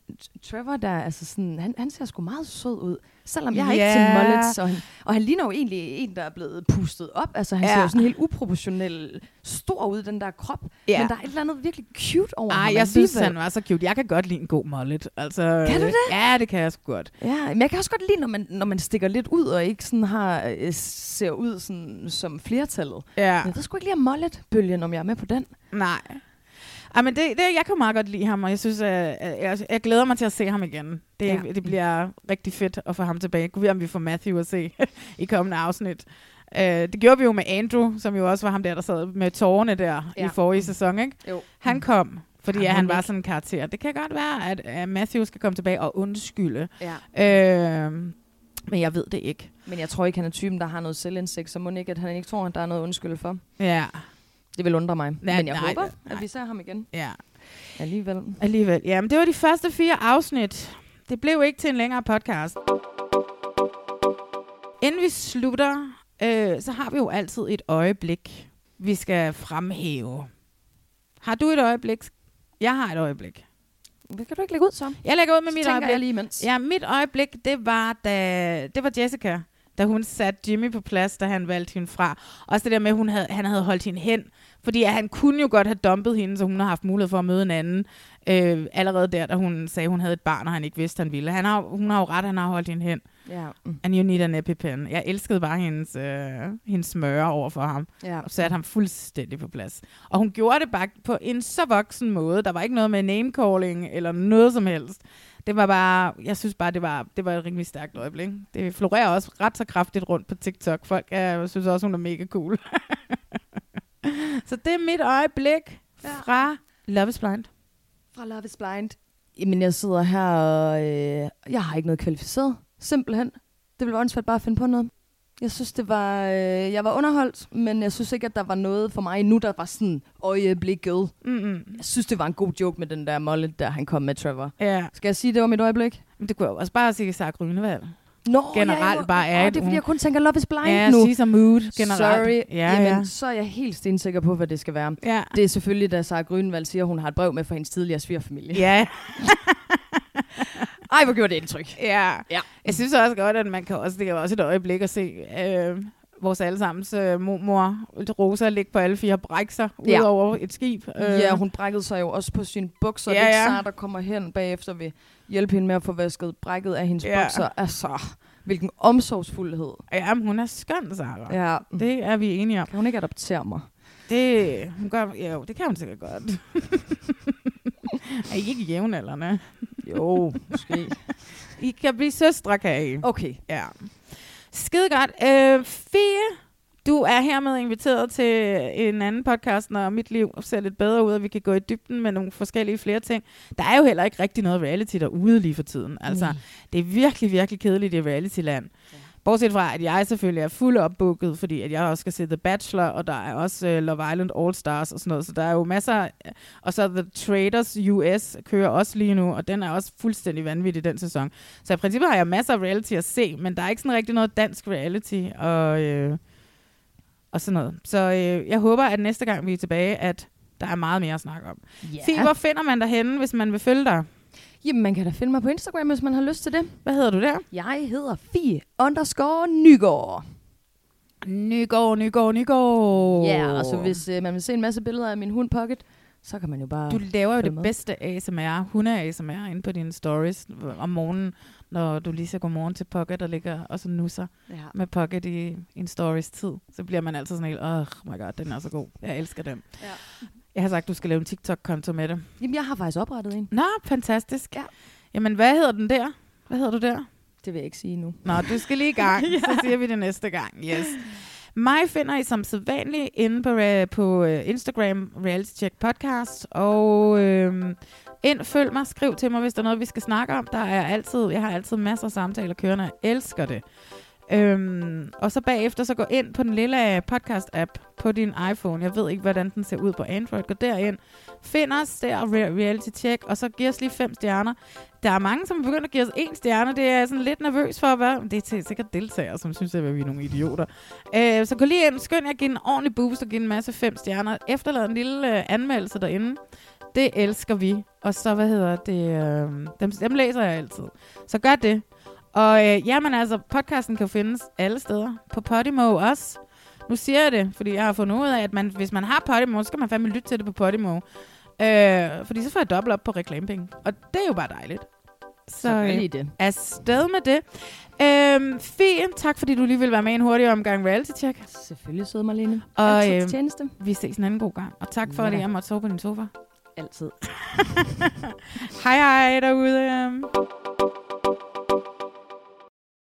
S2: Trevor, der, altså sådan, han, han ser sgu meget sød ud. Selvom jeg
S1: Ja.
S2: er ikke til mullets, og han, og han ligner jo egentlig en, der er blevet pustet op. Altså, han ja. ser
S1: Ja.
S2: jo sådan helt uproportionel stor ud, den der krop.
S1: Ja.
S2: Ja. Men der er et eller andet virkelig cute over
S1: Ej,
S2: ham.
S1: jeg synes, han
S2: alligevel.
S1: var så cute. Jeg kan godt lide en god mullet. Altså,
S2: Kan du det?
S1: Ja, det kan jeg sgu godt.
S2: Ja, men jeg kan også godt lide, når man, når man stikker lidt ud, og ikke sådan har, øh, ser ud sådan, som flertallet.
S1: Ja.
S2: Men jeg ved sgu ikke lige om mullet-bølgen, om jeg er med på den.
S1: Nej. Ej, men det, det, jeg kan meget godt lide ham, og jeg synes, at, at jeg, jeg glæder mig til at se ham igen. Det,
S2: Ja.
S1: ja. det bliver rigtig fedt at få ham tilbage. Gud, om vi får Matthew at se i kommende afsnit. Uh, det gjorde vi jo med Andrew, som jo også var ham der, der sad med tårerne der ja.
S2: Ja.
S1: i forrige sæson, ikke?
S2: Jo.
S1: Han kom, fordi
S2: Ej,
S1: ja, han
S2: mon
S1: var
S2: ikke.
S1: sådan en karakter. Det kan godt være, at uh, Matthew skal komme tilbage og undskylde.
S2: Ja.
S1: Uh, men jeg ved det ikke.
S2: Men jeg tror ikke, han er typen, der har noget selvindsigt, så må ikke, at han ikke tror, at der er noget undskyld for.
S1: Ja.
S2: Det vil undre mig.
S1: Ja,
S2: Men jeg
S1: nej,
S2: håber,
S1: nej.
S2: at vi ser ham igen.
S1: Ja.
S2: Alligevel.
S1: Alligevel. Jamen, det var de første fire afsnit. Det blev ikke til en længere podcast. Inden vi slutter, øh, så har vi jo altid et øjeblik, vi skal fremhæve. Har du et øjeblik? Jeg har et øjeblik.
S2: Hvad kan du ikke lægge ud så?
S1: Jeg lægger ud med mit
S2: tænker
S1: øjeblik.
S2: jeg lige imens.
S1: Ja, mit øjeblik, det var, da, det var Jessica, da hun satte Jimmy på plads, da han valgte hende fra. Også det der med, at hun havde, han havde holdt hende hen. Fordi at han kunne jo godt have dumpet hende, så hun har haft mulighed for at møde en anden. Øh, allerede der, da hun sagde, hun havde et barn, og han ikke vidste, han ville. Han har, hun har jo ret, han har holdt hende hen.
S2: Ja. Mm.
S1: And you need an EpiPen. Jeg elskede bare hendes, øh, hendes smøre over for ham.
S2: Ja.
S1: Og satte ham fuldstændig på plads. Og hun gjorde det bare på en så voksen måde. Der var ikke noget med name calling eller noget som helst. Det var bare, jeg synes bare, det var, det var et rimelig stærkt øjeblik. Det florerer også ret så kraftigt rundt på TikTok. Folk er, synes også, hun er mega cool. så det er mit øjeblik fra Love is Blind.
S2: Fra Love is Blind. Jamen, jeg sidder her, og øh, jeg har ikke noget kvalificeret. Simpelthen. Det ville være åndssvagt bare at finde på noget. Jeg synes, det var... Øh, jeg var underholdt, men jeg synes ikke, at der var noget for mig endnu, der var sådan øjeblikket.
S1: Mm-mm.
S2: Jeg synes, det var en god joke med den der mullet, der han kom med Trevor.
S1: Ja.
S2: Skal jeg sige, det var mit øjeblik?
S1: Men det kunne jeg jo også bare sige Sarah Grønevald.
S2: Nå,
S1: generelt
S2: ja,
S1: bare er
S2: Åh,
S1: et
S2: det er, fordi
S1: uge-
S2: jeg kun tænker Love is Blind
S1: Ja,
S2: nu.
S1: Seas and Mood generelt.
S2: Sorry.
S1: Ja,
S2: Jamen,
S1: ja.
S2: så er jeg helt stensikker på, hvad det skal være.
S1: Ja.
S2: Det er selvfølgelig, da Sara Grønvald siger, at hun har et brev med fra hendes tidligere svigerfamilie.
S1: Ja.
S2: Ej, hvor gjorde det indtryk.
S1: Ja. ja. Jeg synes også godt, at man kan også, det kan også et øjeblik at se øh, vores allesammens øh, mormor Rosa ligge på alle fire brækser ud
S2: Ja.
S1: over et skib. Øh,
S2: Ja, hun brækkede sig jo også på sine bukser.
S1: Ja,
S2: Øh. Ja, ja. Det
S1: ja.
S2: er Sara, der kommer hen bagefter vil hjælpe hende med at få vasket brækket af hendes
S1: Ja.
S2: ja. bukser. Altså, hvilken omsorgsfuldhed.
S1: Ja, men hun er skøn, Sara.
S2: Ja.
S1: Det er vi enige om.
S2: Kan hun ikke adoptere mig?
S1: Det, hun gør, ja, jo, det kan hun sikkert godt. er I ikke jævnaldrende?
S2: Jo, måske.
S1: I kan blive søstre, kan I.
S2: Okay.
S1: Ja. Skide godt. Øh, Fie, du er hermed inviteret til en anden podcast, når mit liv ser lidt bedre ud, og vi kan gå i dybden med nogle forskellige flere ting. Der er jo heller ikke rigtig noget reality derude lige for tiden. Altså,
S17: Nej.
S1: det er virkelig, virkelig kedeligt i reality-land. Bortset fra, at jeg selvfølgelig er fuld opbooket, fordi at jeg også skal se The Bachelor, og der er også uh, Love Island All Stars og sådan noget, så der er jo masser. Og så The Traders US kører også lige nu, og den er også fuldstændig vanvittig den sæson. Så i princippet har jeg masser af reality at se, men der er ikke sådan rigtig noget dansk reality og, øh, og sådan noget. Så øh, jeg håber, at næste gang vi er tilbage, at der er meget mere at snakke om.
S2: Ja.
S1: Fie, hvor finder man dig henne, hvis man vil følge dig?
S2: Jamen, man kan da finde mig på Instagram, hvis man har lyst til det.
S1: Hvad hedder du der?
S2: Jeg hedder Fie underscore Nygaard.
S1: Nygaard, Nygaard, Nygaard.
S2: Ja, og så hvis øh, man vil se en masse billeder af min hund Pocket, så kan man jo bare...
S1: Du laver jo
S2: følge
S1: det
S2: med.
S1: bedste ASMR, hunde-ASMR, inde på dine stories om morgenen, når du lige siger godmorgen til Pocket og ligger og så nusser
S2: Ja.
S1: med Pocket i, i en stories tid. Så bliver man altid sådan helt, oh my god, den er så god. Jeg elsker den.
S2: Ja.
S1: Jeg har sagt, du skal lave en TikTok-konto med det.
S2: Jamen, jeg har faktisk oprettet en.
S1: Nå, fantastisk. Ja. Jamen, hvad hedder den der? Hvad hedder du der?
S2: Det vil jeg ikke sige nu.
S1: Nå, du skal lige i gang, ja.
S2: Ja.
S1: så siger vi det næste gang. Yes. Mig finder I som sædvanligt inde på, re- på øh, Instagram, Reality Check Podcast, og øh, ind, følg mig, skriv til mig, hvis der er noget, vi skal snakke om. Der er altid, jeg har altid masser af samtaler kørende, jeg elsker det. Øhm, og så bagefter, så gå ind på den lille øh, podcast-app på din iPhone. Jeg ved ikke, hvordan den ser ud på Android. Gå derind, find os der, Re- Reality Check, og så giv os lige fem stjerner. Der er mange, som er begyndt at give os en stjerne. Det er jeg sådan lidt nervøs for. Hvad? Det er til- sikkert deltagere, som synes, at vi er nogle idioter. Øh, så gå lige ind, skynd jer at give en ordentlig boost og give en masse fem stjerner. Efterlad en lille øh, anmeldelse derinde. Det elsker vi. Og så, hvad hedder det? Øh, dem, dem læser jeg altid. Så gør det. Og øh, jamen altså, podcasten kan jo findes alle steder. På Podimo også. Nu siger jeg det, fordi jeg har fundet ud af, at man, hvis man har Podimo, så skal man fandme lytte til det på Podimo. Øh, fordi så får jeg dobbelt op på reklamepenge. Og det er jo bare dejligt. Så
S2: Sådan
S1: øh,
S2: lige det.
S1: afsted med det. Øhm, Fien, tak fordi du lige vil være med i en hurtig omgang reality check.
S2: Selvfølgelig sød, Marlene.
S1: Og
S2: Altid til
S1: øh,
S2: tjeneste.
S1: vi ses en anden god gang. Og tak for,
S2: Ja
S1: at
S2: da.
S1: jeg måtte sove på din sofa.
S2: Altid.
S1: hej hej derude. øhm.